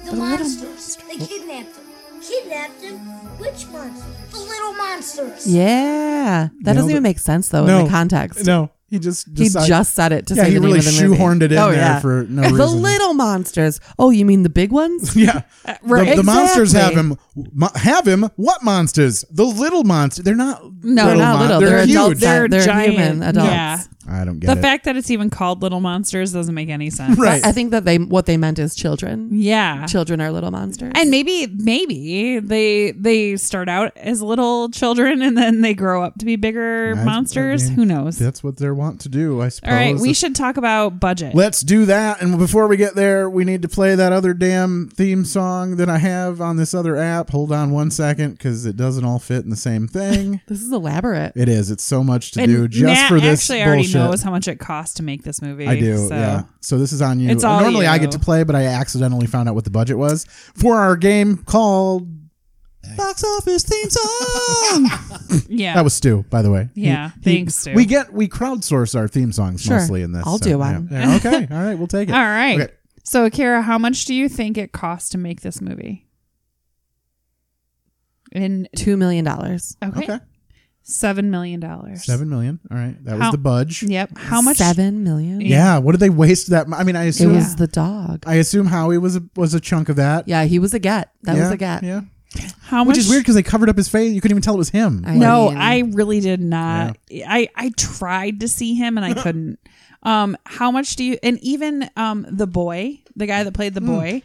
The,
The little
monsters. They kidnapped him. Kidnapped him? Which monster? The little monsters.
Yeah. That
Nailed
doesn't even
it.
make sense, though,
No.
in the context.
No, he just
He
decided-
just said it to
Yeah,
say
he
the name
really
of the movie.
shoehorned it in
oh,
there
yeah.
for no
the The
reason.
little monsters. Oh, you mean the big ones?
yeah.
Uh,
right.
The, the monsters have
Exactly.
him. Mo- have him. What monsters? The little monster. They're not.
No,
little
they're not
mon-
little.
They're,
They're
huge.
adults. They're They're giant. human adults.
Yeah.
Yeah.
I don't get
The
it.
fact that it's even called Little Monsters doesn't make any sense.
Right.
I think that they what they meant is children.
Yeah.
Children are little monsters.
And maybe maybe they they start out as little children and then they grow up to be bigger
That's- I
monsters.
mean,
Who knows?
That's what they're want to do. I suppose.
All right, we
That's-
should talk about budget.
Let's do that. And before we get there, we need to play that other damn theme song that I have on this other app. Hold on one second because it doesn't all fit in the same thing.
this is elaborate.
it is. It's so much to
And
do just
Matt
for this
actually already
bullshit.
knows how much it cost to make this movie.
I do.
so-
Yeah. So this is on you.
It's all
Normally I get
you.
to play, but I accidentally found out what the budget was for our game called Box Office Theme Song.
Yeah.
That was Stu, by the way. He-
Yeah,
he-
thanks, Stu.
We get we crowdsource our theme songs
Sure.
mostly in this.
I'll
so,
do
yeah.
one.
Yeah, okay. All right. We'll take it.
All right.
Okay.
So, Kara, how much do you think it cost to make this movie? In
Two million dollars.
okay, seven million dollars.
Seven million. All right. That was
How-
the budge.
Yep. How much?
Seven million.
Yeah. What did they waste that? mu- I mean, I
It
assume
was the dog.
I assume Howie was a, was a chunk of that.
Yeah, he was a get. That was
Yeah,
a get.
Yeah.
How
Which
much?
is weird because they covered up his face. You couldn't even tell it was him.
I
no,
mean-
I really did not. I I tried to see him and I couldn't. Um, how much do you? And even um, the boy, the guy that played the
Hmm.
boy,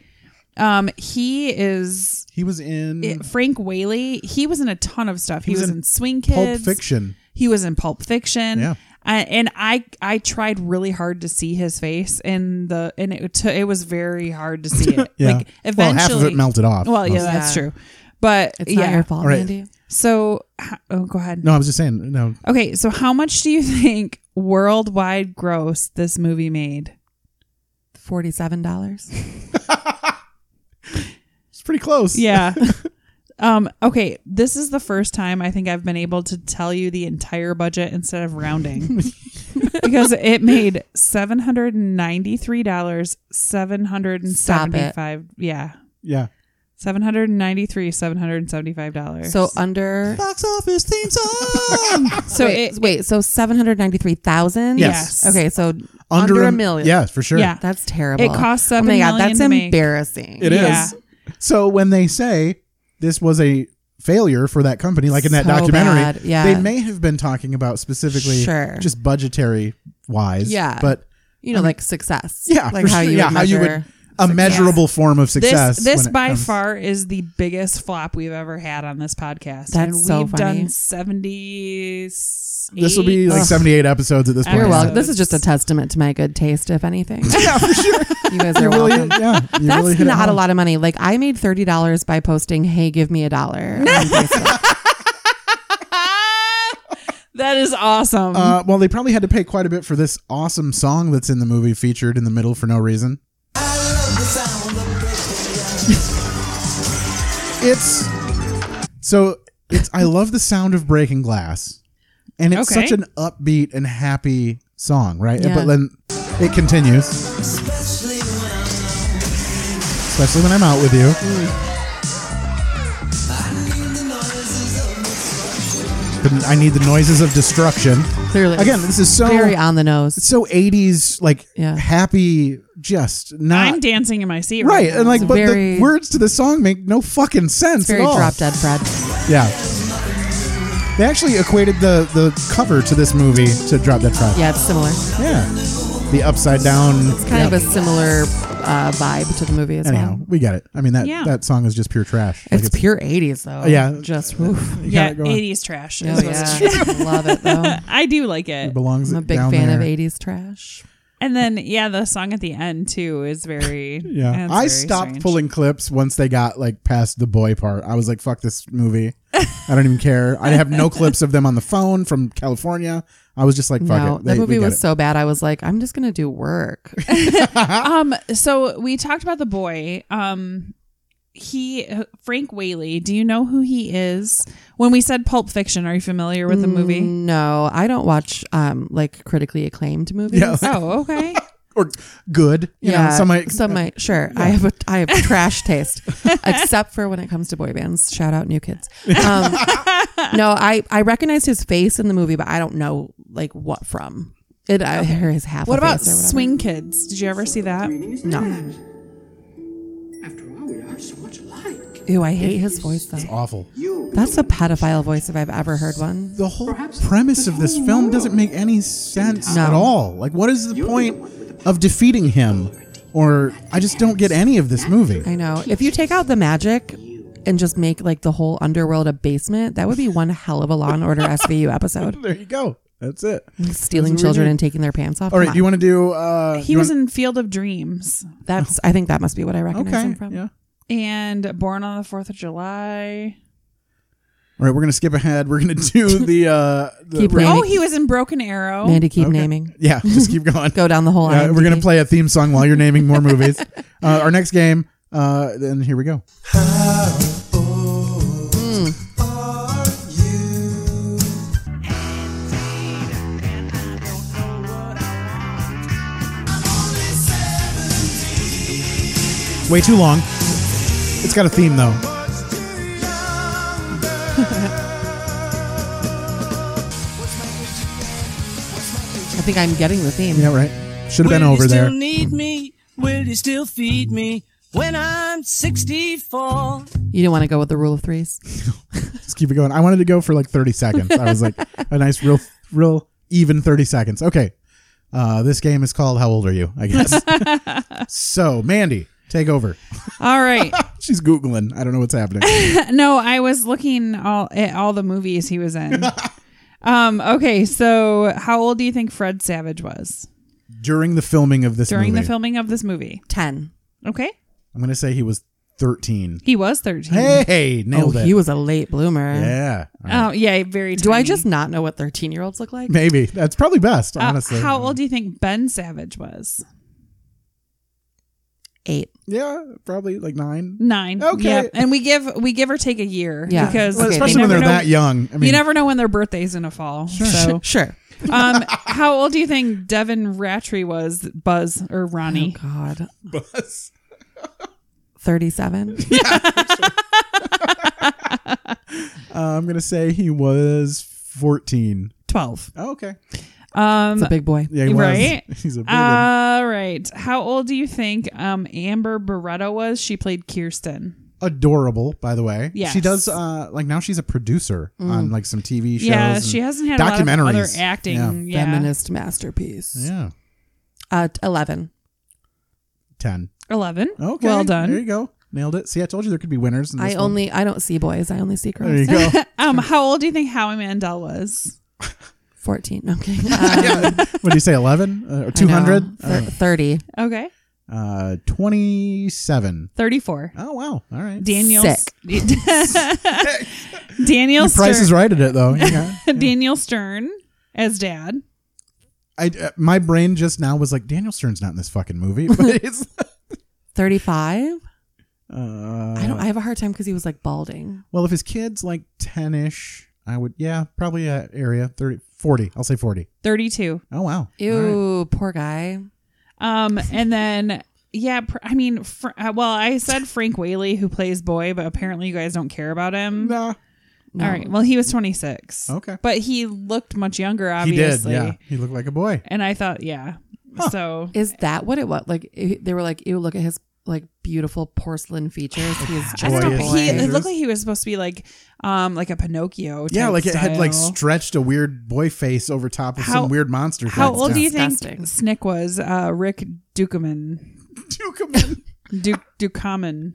um, he is
He was in
it- Frank Whaley. He was in a ton of stuff. He, was, in, Swing
Pulp
Kids,
Fiction.
He was in Pulp Fiction.
Yeah.
I, and I I tried really hard to see his face and the and it took it was very hard to see it.
Yeah.
Like eventually,
Well, half of it melted off,
Well, yeah,
mostly.
that's
Yeah.
true. But
It's not
yeah.
your fault,
All right.
Mandy.
So, h- oh, go ahead.
No, I was just saying. No,
Okay, so how much do you think worldwide gross this movie made?
Forty-seven dollars.
it's pretty close.
Yeah. um, okay, this is the first time I think I've been able to tell you the entire budget instead of rounding. because it made seven hundred and ninety three dollars seven hundred and seventy five yeah.
yeah.
Seven hundred and ninety-three, seven hundred and seventy-five dollars.
So under
box office theme song.
so wait, wait so seven hundred ninety three thousand.
Yes. Yes.
Okay, so under,
Under a-
a million.
yeah, for sure. Yeah.
that's terrible.
It costs
Oh my
$7
god,
million
that's
to make.
embarrassing.
It is. So when they say this was a failure for that company, like in that
So
documentary,
bad, yeah.
they may have been talking about specifically
Sure.
just budgetary wise.
Yeah,
But
you know,
I mean,
like success.
yeah,
like
for
how,
sure.
you
yeah,
would
how you would
measure
a
success.
measurable form of success.
This, this
when it
by
comes-
far is the biggest flop we've ever had on this podcast.
That's
and
so
we've
funny.
done 70.
This will be like
Ugh.
78 episodes at this point.
You're welcome. This is just a testament to my good taste, if anything.
yeah, for sure.
You guys are
really-
welcome.
yeah, you
That's
really hit it
not a
home.
lot of money. Like I made thirty dollars by posting, "Hey, give me a dollar." on Facebook.
That is awesome.
Uh, well, they probably had to pay quite a bit for this awesome song that's in the movie featured in the middle for no reason. It's so it's I love the sound of breaking glass, and it's
Okay.
such an upbeat and happy song, right?
Yeah.
But then it continues, especially when I'm out with you. The- I need the noises of destruction.
Clearly,
Again, this is so
very on the nose.
It's so 80s, like happy, just not
I'm dancing in my seat.
Uh, right. And like,
now.
but the words to the song make no fucking sense.
very
at all.
drop
dead, Fred.
Yeah, they actually equated the the cover to this movie to Drop Dead Fred.
Yeah, it's similar.
Yeah, the upside down.
It's kind of a similar uh, vibe to the movie as
Anyhow,
well.
we get it. I mean that
Yeah.
that song is just pure trash. Like,
It's, pure '80s though.
Yeah.
just oof.
Yeah, 80s trash.
Oh,
is what's
yeah.
true.
Love it, though.
I do like it.
It belongs
I'm a big
down
fan of
there.
'80s trash.
And then, yeah, the song at the end, too, is very.
Yeah,
it's
I
very
stopped
strange.
pulling clips once they got like past the boy part. I was like, "Fuck this movie! I don't even care." I have no clips of them on the phone from California. I was just like, "Fuck
no,
it." They-
that
we
movie
get
was
it.
so bad. I was like, I'm just gonna do work.
um so we talked about the boy um he uh, frank whaley do you know who he is when we said pulp fiction are you familiar with the movie
Mm,
No, I don't watch um like critically acclaimed movies.
Yeah.
oh okay
or good. You
yeah,
know, some might,
some might. Sure, I
yeah.
have a I have trash taste, except for when it comes to boy bands. Shout out New Kids. Um, no, I I recognize his face in the movie, but I don't know like what from it. I hear his half.
what
a
about
face or whatever.
swing kids did you ever see that
No.
After all, we are so much alike.
Ew, I hate his voice though. It's
awful.
That's a pedophile voice if I've ever heard one.
The whole premise of this film doesn't make any sense
No.
at all. Like, what is the point of defeating him? Or I just don't get any of this movie.
I know. If you take out the magic and just make like the whole underworld a basement, that would be one hell of a Law and Order SVU episode.
There you go. That's it.
Stealing
That's what we
children
did.
and taking their pants off.
All right,
Come
you
on.
want to do? Uh,
he
you
was
wanna-
in field of dreams
That's. I think that must be what I recognize
Okay,
him from.
Yeah.
and born on the fourth of july
All right, we're gonna skip ahead. We're gonna do the. Uh, the
Keep
we're-
oh he was in broken arrow
Mandy, keep naming.
Yeah, just keep going.
Go down the whole.
Yeah,
IMDb.
we're gonna play a theme song while you're naming more movies. Uh, our next game, uh, and here we go. Hmm. It's way too long. It's got a theme though.
I think I'm getting the theme.
Yeah, right. Should have been
Will
over
you
there.
Still need me? Will you still feed me when I'm 64?
You didn't want to go with the rule of threes.
Just keep it going. I wanted to go for like 30 seconds. I was like a nice, real, real even 30 seconds. Okay. Uh, this game is called How Old Are You? I guess. so, Mandy, take over.
all right
She's Googling. I don't know what's happening.
no, I was looking all at all the movies he was in. um, okay, so how old do you think Fred Savage was
During the filming of this
during
movie,
the filming of this movie?
Ten.
Okay,
I'm going to say he was 13.
he was thirteen.
Hey, nailed
oh,
it.
He was a late bloomer.
Yeah.
Oh yeah, very.
Do I just not know what thirteen-year-olds look like?
Maybe. That's probably best,
Uh,
honestly.
how old do you think Ben Savage was?
Eight.
yeah, probably like nine.
Nine.
Okay.
Yep. And we give we give or take a year.
Yeah.
Because
Well,
you
especially when
never
they're
know-
that young. I mean-
you never know when their birthday's gonna fall.
Sure.
So
Sure.
um, how old do you think
Oh,
Devin Rattray was? Buzz or Ronnie?
God.
Buzz.
37.
Uh, I'm gonna say he was 14.
12.
Oh, okay.
Um,
It's a big boy. Yeah, he was.
right? Uh,
He's a big
All right. How old do you think um, Amber Beretta was? She played Kirsten.
Adorable, by the way.
Yes.
She does. Uh, like now she's a producer
Mm.
on like some TV shows.
Yeah,
and
she hasn't had a lot of
documentaries.
other acting. Yeah.
Feminist masterpiece.
Yeah.
Uh, 11.
Ten.
11.
Okay.
Well done.
There you go. Nailed it. See, I told you there could be winners. In this
I
one.
only, I don't see boys. I only see
There you
girls.
go.
Um, how old do you think Howie Mandel was?
14. Okay.
what do you say? 11 uh, or 200?
Uh, Thir- 30.
Okay.
Uh, 27.
34.
Oh, wow. All right.
Daniel.
Sick.
Daniel
Your price
Stern.
is right at it, though. You got-
Daniel Stern as dad.
I, uh, my brain just now was like, Daniel Stern's not in this fucking movie. But it's,
35?
uh,
I don't, I have a hard time because he was like balding.
well, if his kid's like 10 ish, I would, yeah, probably that area. 30, 40. I'll say 40.
32.
Oh, wow.
Ew, poor guy.
Um, and then yeah, pr- I mean, fr- uh, well, I said Frank Whaley who plays boy, but apparently you guys don't care about him.
Nah.
All right. Well, he was 26.
Okay.
But he looked much younger, obviously.
He did. Yeah. He looked like a boy.
And I thought, yeah. So
Is that what it was? Like, it- they were like, ew, look at his like beautiful porcelain features.
Oh,
He is just
I don't
a
know. He,
boy.
it looked like he was supposed to be like, um, like a Pinocchio.
Yeah,
type
like it had like
style.
stretched a weird boy face over top of
How-
some weird monster.
How
face.
old do
Yeah.
you think Snick was? Uh, Rick Dukeman.
Dukeman.
Duke Dukeman.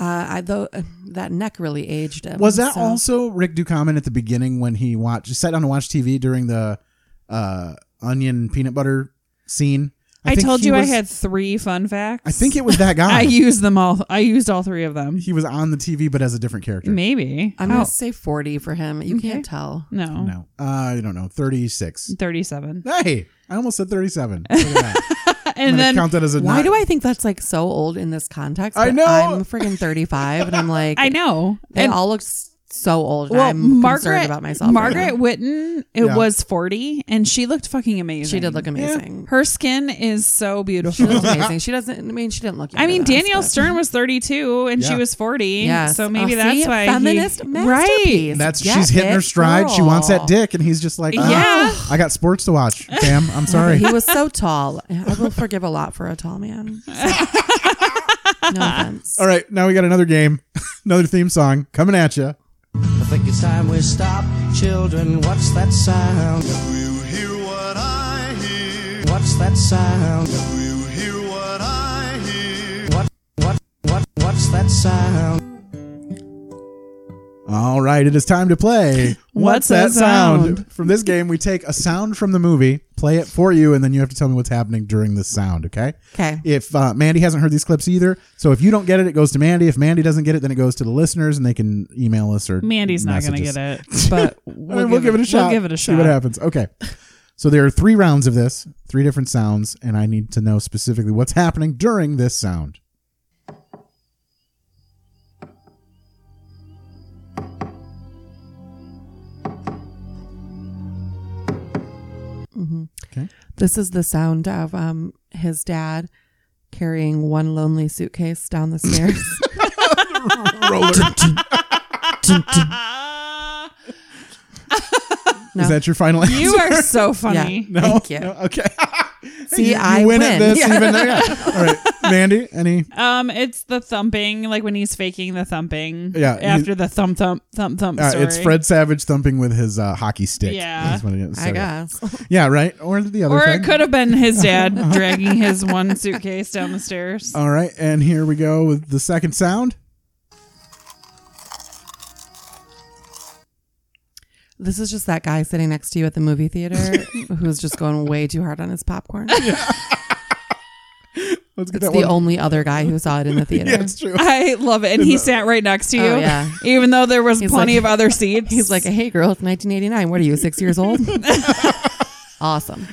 Uh, I though uh, that neck really aged him.
Was that
so-
also Rick Ducommun at the beginning when he watched sat down to watch TV during the uh, onion peanut butter scene?
I,
think
told
he
you
was-
I had three fun facts.
I think it was that guy.
I used them all. I used all three of them.
He was on the TV, but as a different character.
Maybe.
I'm
Oh.
gonna
How-
say forty for him. You can't tell.
No.
No, uh, I don't know. Thirty-six.
37.
Hey, I almost said thirty-seven. Look at that. I'm gonna
And then
count that as a.
why
not-
do I think that's like so old in this context?
I
But
know.
I'm freaking 35, and I'm like,
I know.
They
And-
all look s- so old. and
Well,
I'm
Margaret
concerned about myself. right
Margaret
now.
Whitten it
Yeah.
was 40 and she looked fucking amazing.
She did look amazing.
Her skin is so beautiful.
She looked amazing. She doesn't. I mean, she didn't look.
I mean,
younger than us,
Daniel
but-
Stern was 32 and she
Yeah.
was 40.
Yes.
So maybe
Oh,
that's
see?
why.
Feminist
he,
masterpiece.
Right.
That's
Get
she's hitting
it,
her stride. She wants that
girl.
dick, and he's just like, "Ah,
Yeah.
I got sports to watch, fam. I'm sorry.
He was so tall. I will forgive a lot for a tall man. no offense.
All right, now we got another game, another theme song coming at you.
I think it's time we stop, children. What's that sound? Do you hear what I hear? What's that sound? Do you hear what I hear? What, what, what, what's that sound?
All right, it is time to play.
What's That Sound?
From this game, we take a sound from the movie, play it for you, and then you have to tell me what's happening during this sound, okay?
'Kay.
If uh, Mandy hasn't heard these clips either, so if you don't get it, it goes to Mandy. If Mandy doesn't get it, then it goes to the listeners and they can email us or.
Mandy's not going to get it, but
We'll, we'll give, it, a shot.
We'll give it a shot.
See what happens. Okay. So there are three rounds of this, three different sounds, and I need to know specifically what's happening during this sound.
Mhm.
Okay.
This is the sound of um, his dad carrying one lonely suitcase down the stairs.
Roller. Is that your final answer?
You are so funny.
No?
Thank you.
No? Okay.
See,
you, you
I
win, at
win.
this.
Yeah.
Even though, yeah. All right, Mandy. Any?
Um, it's the thumping, like when he's faking the thumping.
Yeah, he-
After the thump thump thump thump.
Uh, it's
story.
Fred Savage thumping with his uh, hockey stick.
Yeah.
That's what it is.
I
So,
guess.
Yeah. Right. Or the other.
Or
thing.
it could have been his dad dragging his one suitcase down the stairs.
All right, and here we go with the second sound.
This is just that guy sitting next to you at the movie theater who's just going way too hard on his popcorn.
Let's
it's
get
the
that one.
only other guy who saw it in the theater.
Yeah, it's true.
I love it. And he sat right next to you.
Oh, yeah.
Even though there was
He's
plenty
like-
of other seats.
He's like, hey, girl, it's 1989. What are you, six years old? awesome.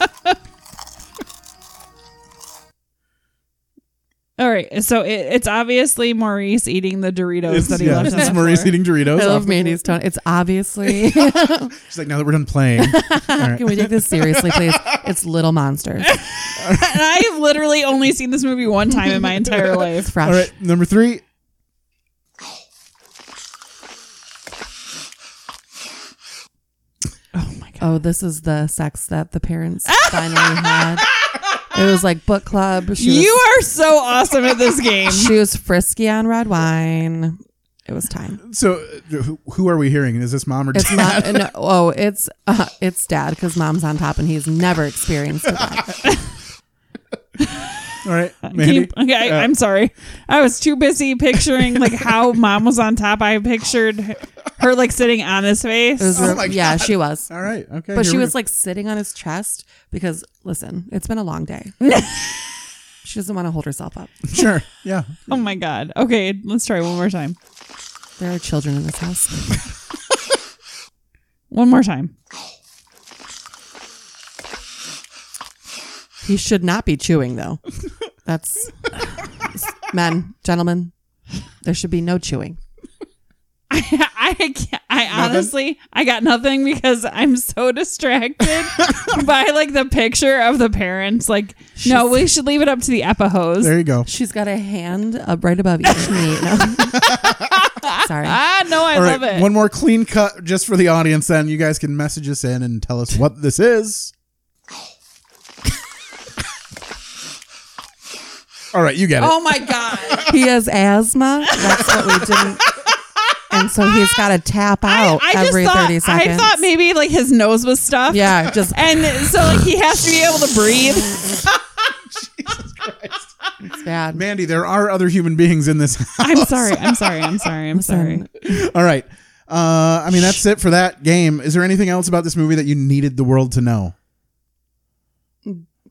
All right, so it, it's obviously Maurice eating the Doritos
It's-
that he
yeah,
left. on
it's
the
Maurice
floor.
eating Doritos
I
off
love
the
Mandy's tone. It's obviously.
She's like, now that we're done playing, all right.
Can we take this seriously, please? It's Little Monsters.
and I've literally only seen this movie one time in my entire life.
fresh.
All right, number three.
Oh, this is the sex that the parents finally had. It was like book club. She was-
you are so awesome at this game.
She was frisky on red wine. It was time.
So, uh, who- who are we hearing? Is this mom or
It's
dad?
not. No, oh, it's uh, it's dad because mom's on top and he's never experienced
Oh
that.
All right,
Can
Mandy.
you- okay,
Uh,
I, I'm sorry. I was too busy picturing like how mom was on top. I pictured her, her, like sitting on his face.
It was real- yeah, she was.
All right, okay.
But
here
she
we
was
go.
like sitting on his chest because listen, it's been a long day. she doesn't want to hold herself up.
sure, yeah.
Oh my god. Okay, let's try one more time.
There are children in this house.
One more time.
He should not be chewing though. That's men, gentlemen. There should be no chewing.
I can't, I honestly I got nothing because I'm so distracted by like the picture of the parents. Like, no, we should leave it up to the epihose.
There you go.
She's got a hand up right above each knee. No. Sorry.
Ah, no, I
All
love
right,
it.
One more clean cut just for the audience. Then you guys can message us in and tell us what this is. All right, you get it.
oh my god.
He has asthma. That's what we didn't. And so he's got to tap
Oh,
out
I just
every
thought
30
I
seconds.
thought maybe like his nose was stuffed.
yeah, just
And so like he has to be able to breathe.
it's bad.
Mandy, there are other human beings in this house.
I'm sorry. I'm sorry. I'm sorry. I'm sorry.
All right. Uh, I mean, that's it for that game. Is there anything else about this movie that you needed the world to know?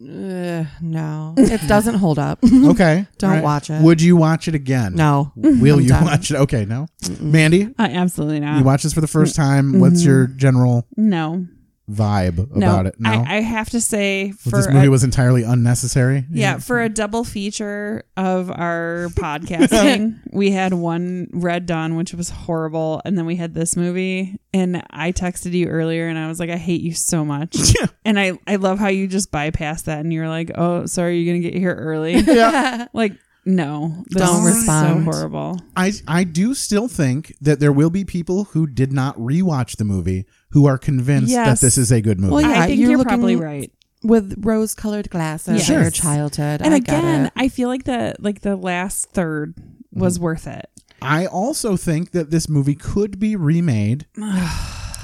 Uh, no, it doesn't hold up.
Okay.
Don't
All right.
watch it.
Would you watch it again?
No.
Will
I'm
you
done. Uh,
watch it? Okay, no. Mandy,
I absolutely not.
you watch this for the first time.
mm-hmm.
What's your general
no.
vibe
No.
about it? No.
I, I have to say
That
for
this movie
a,
was entirely unnecessary.
yeah for a double feature of our podcasting, we had one Red Dawn, which was horrible, and then we had this movie. And I texted you earlier, and I was like, I hate you so much.
Yeah.
And I I love how you just bypassed that, and you're like, oh, sorry, you're gonna get here early.
Yeah.
Like no, this
Don't
is
respond.
So horrible.
I I do still think that there will be people who did not rewatch the movie who are convinced
Yes.
that this is a good movie.
Well, yeah,
I think
you're
you're, probably
looking-
right.
With rose-colored glasses,
Yes.
your childhood,
and
I get
again
it.
i feel like the like the last third was
Mm-hmm.
worth it
I also think that this movie could be remade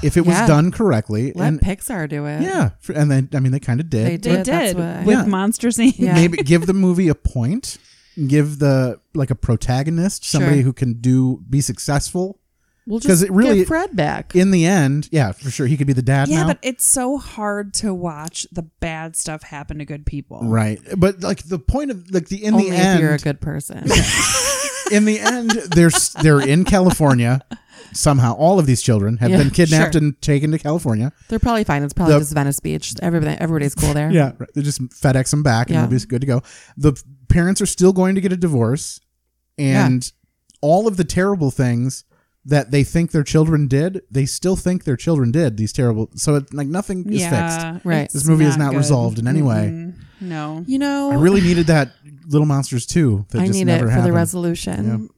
if it was
Yeah.
done correctly.
let
and
Pixar do it.
yeah, for- and then I mean they kind of did.
They
they
did. that's
did
what-
with
Yeah.
monsters inc
Yeah.
Maybe give the movie a point. Give the like a protagonist, somebody
Sure.
who can do be successful.
we'll
'Cause
just
it really-
get Fred back.
In the end, yeah, for sure, he could be the dad
yeah
now.
but it's so hard to watch the bad stuff happen to good people
right, but like the point of like the in
Only
the
if
end,
you're a good person.
in the end, they're s- they're in California. Somehow, all of these children have
Yeah,
been kidnapped
sure.
and taken to California.
They're probably fine. It's probably
The-
just Venice Beach. Everybody, everybody's cool there.
Yeah, right. they just FedEx them back, and
Yeah.
they'll be good to go. The p- parents are still going to get a divorce, and all of the terrible things that they think their children did, they still think their children did these terrible. So it, like nothing is fixed.
yeah
Right.
it's
This movie is not
good.
resolved in any way.
Mm-mm. no
You know,
I really needed that Little Monsters too. That
I
just
need it
never
for the
happened.
resolution.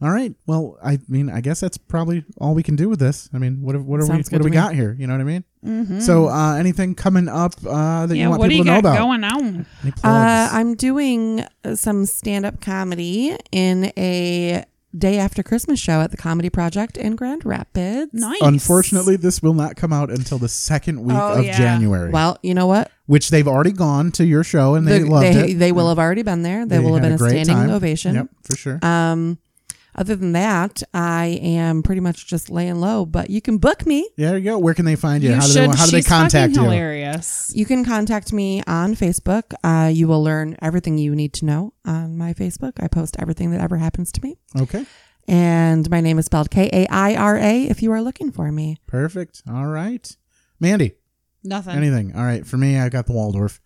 All right. Well, I mean, I guess that's probably all we can do with this. I mean, what have- what are we
Sounds
what
good
do
to
we
me.
got here? You know what I mean? So, uh, anything coming up uh, that
yeah
you want
what do
people
you
to know
got
about?
going on
Any plugs?
Uh, I'm doing uh, some stand-up comedy in a day after Christmas show at the Comedy Project in Grand Rapids.
nice
Unfortunately, this will not come out until the second week
Oh,
of
yeah.
January,
Well, you know what?
which they've already gone to your show and they
The-
loved
they,
it.
they will have already been there. They, will have
had
been a,
great
standing
time.
ovation.
Yep, for sure.
Um, other than that, I am pretty much just laying low. But you can book me.
yeah, there you go. Where can they find you?
you
how do
should
they how do they
she's fucking
contact you?
hilarious
You can contact me on Facebook. Uh, you will learn everything you need to know on my Facebook. I post everything that ever happens to me.
Okay,
And my name is spelled K A I R A if you are looking for me.
perfect. All right, Mandy.
nothing
Anything? All right. For me, I got the Waldorf.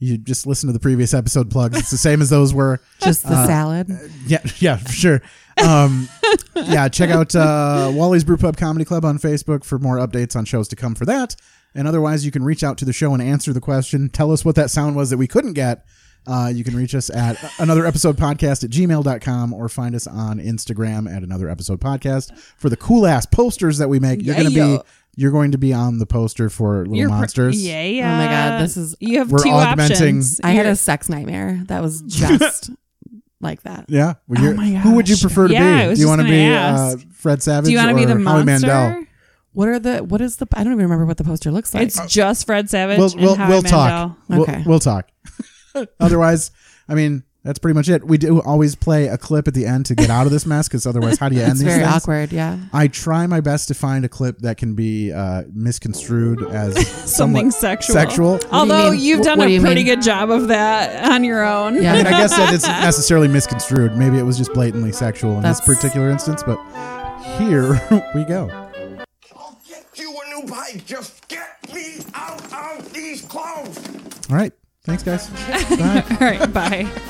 You just listen to the previous episode plugs. It's the same as those were.
Just the
Uh,
salad.
Yeah, yeah, for sure. Um, yeah, check out uh, Wally's Brew Pub Comedy Club on Facebook for more updates on shows to come for that. And otherwise, you can reach out to the show and answer the question. Tell us what that sound was that we couldn't get. Uh, you can reach us at another episode podcast at gmail.com or find us on Instagram at another episode podcast for the cool ass posters that we make. You're going to
Yeah.
be. You're going to be on the poster for Little
You're pr-
Monsters.
yeah,
Oh my god, this
yeah.
is
You have We're two augmenting- options.
I had
You're-
a sex nightmare that was just like that.
Yeah. Well, you're-
Oh my
Who would you prefer to
Yeah, I
be?
was
Do you
just
want to
gonna
be uh,
ask.
Fred Savage
Do you
or
wanna be the
Howie Mandel? Uh,
monster? What are the what is the I don't even remember what the poster looks like.
It's just Fred Savage.
we'll we'll,
and Howie
we'll talk.
Mandel.
We'll,
Okay.
we'll talk. otherwise, I mean, that's pretty much it. We do always play a clip at the end to get out of this mess because otherwise, how do you end
It's
these
very
things?
awkward, yeah.
I try my best to find a clip that can be uh, misconstrued as
Something
somewhat
sexual.
Sexual.
Although you have done
What do
a
you
pretty
mean?
good job of that on your own.
I mean, I guess that isn't necessarily misconstrued. Maybe it was just blatantly sexual in this
That's-
particular instance, but here we go.
You a new bike. Just get me out of these clothes.
All right. Thanks, guys. Bye.
All right, bye.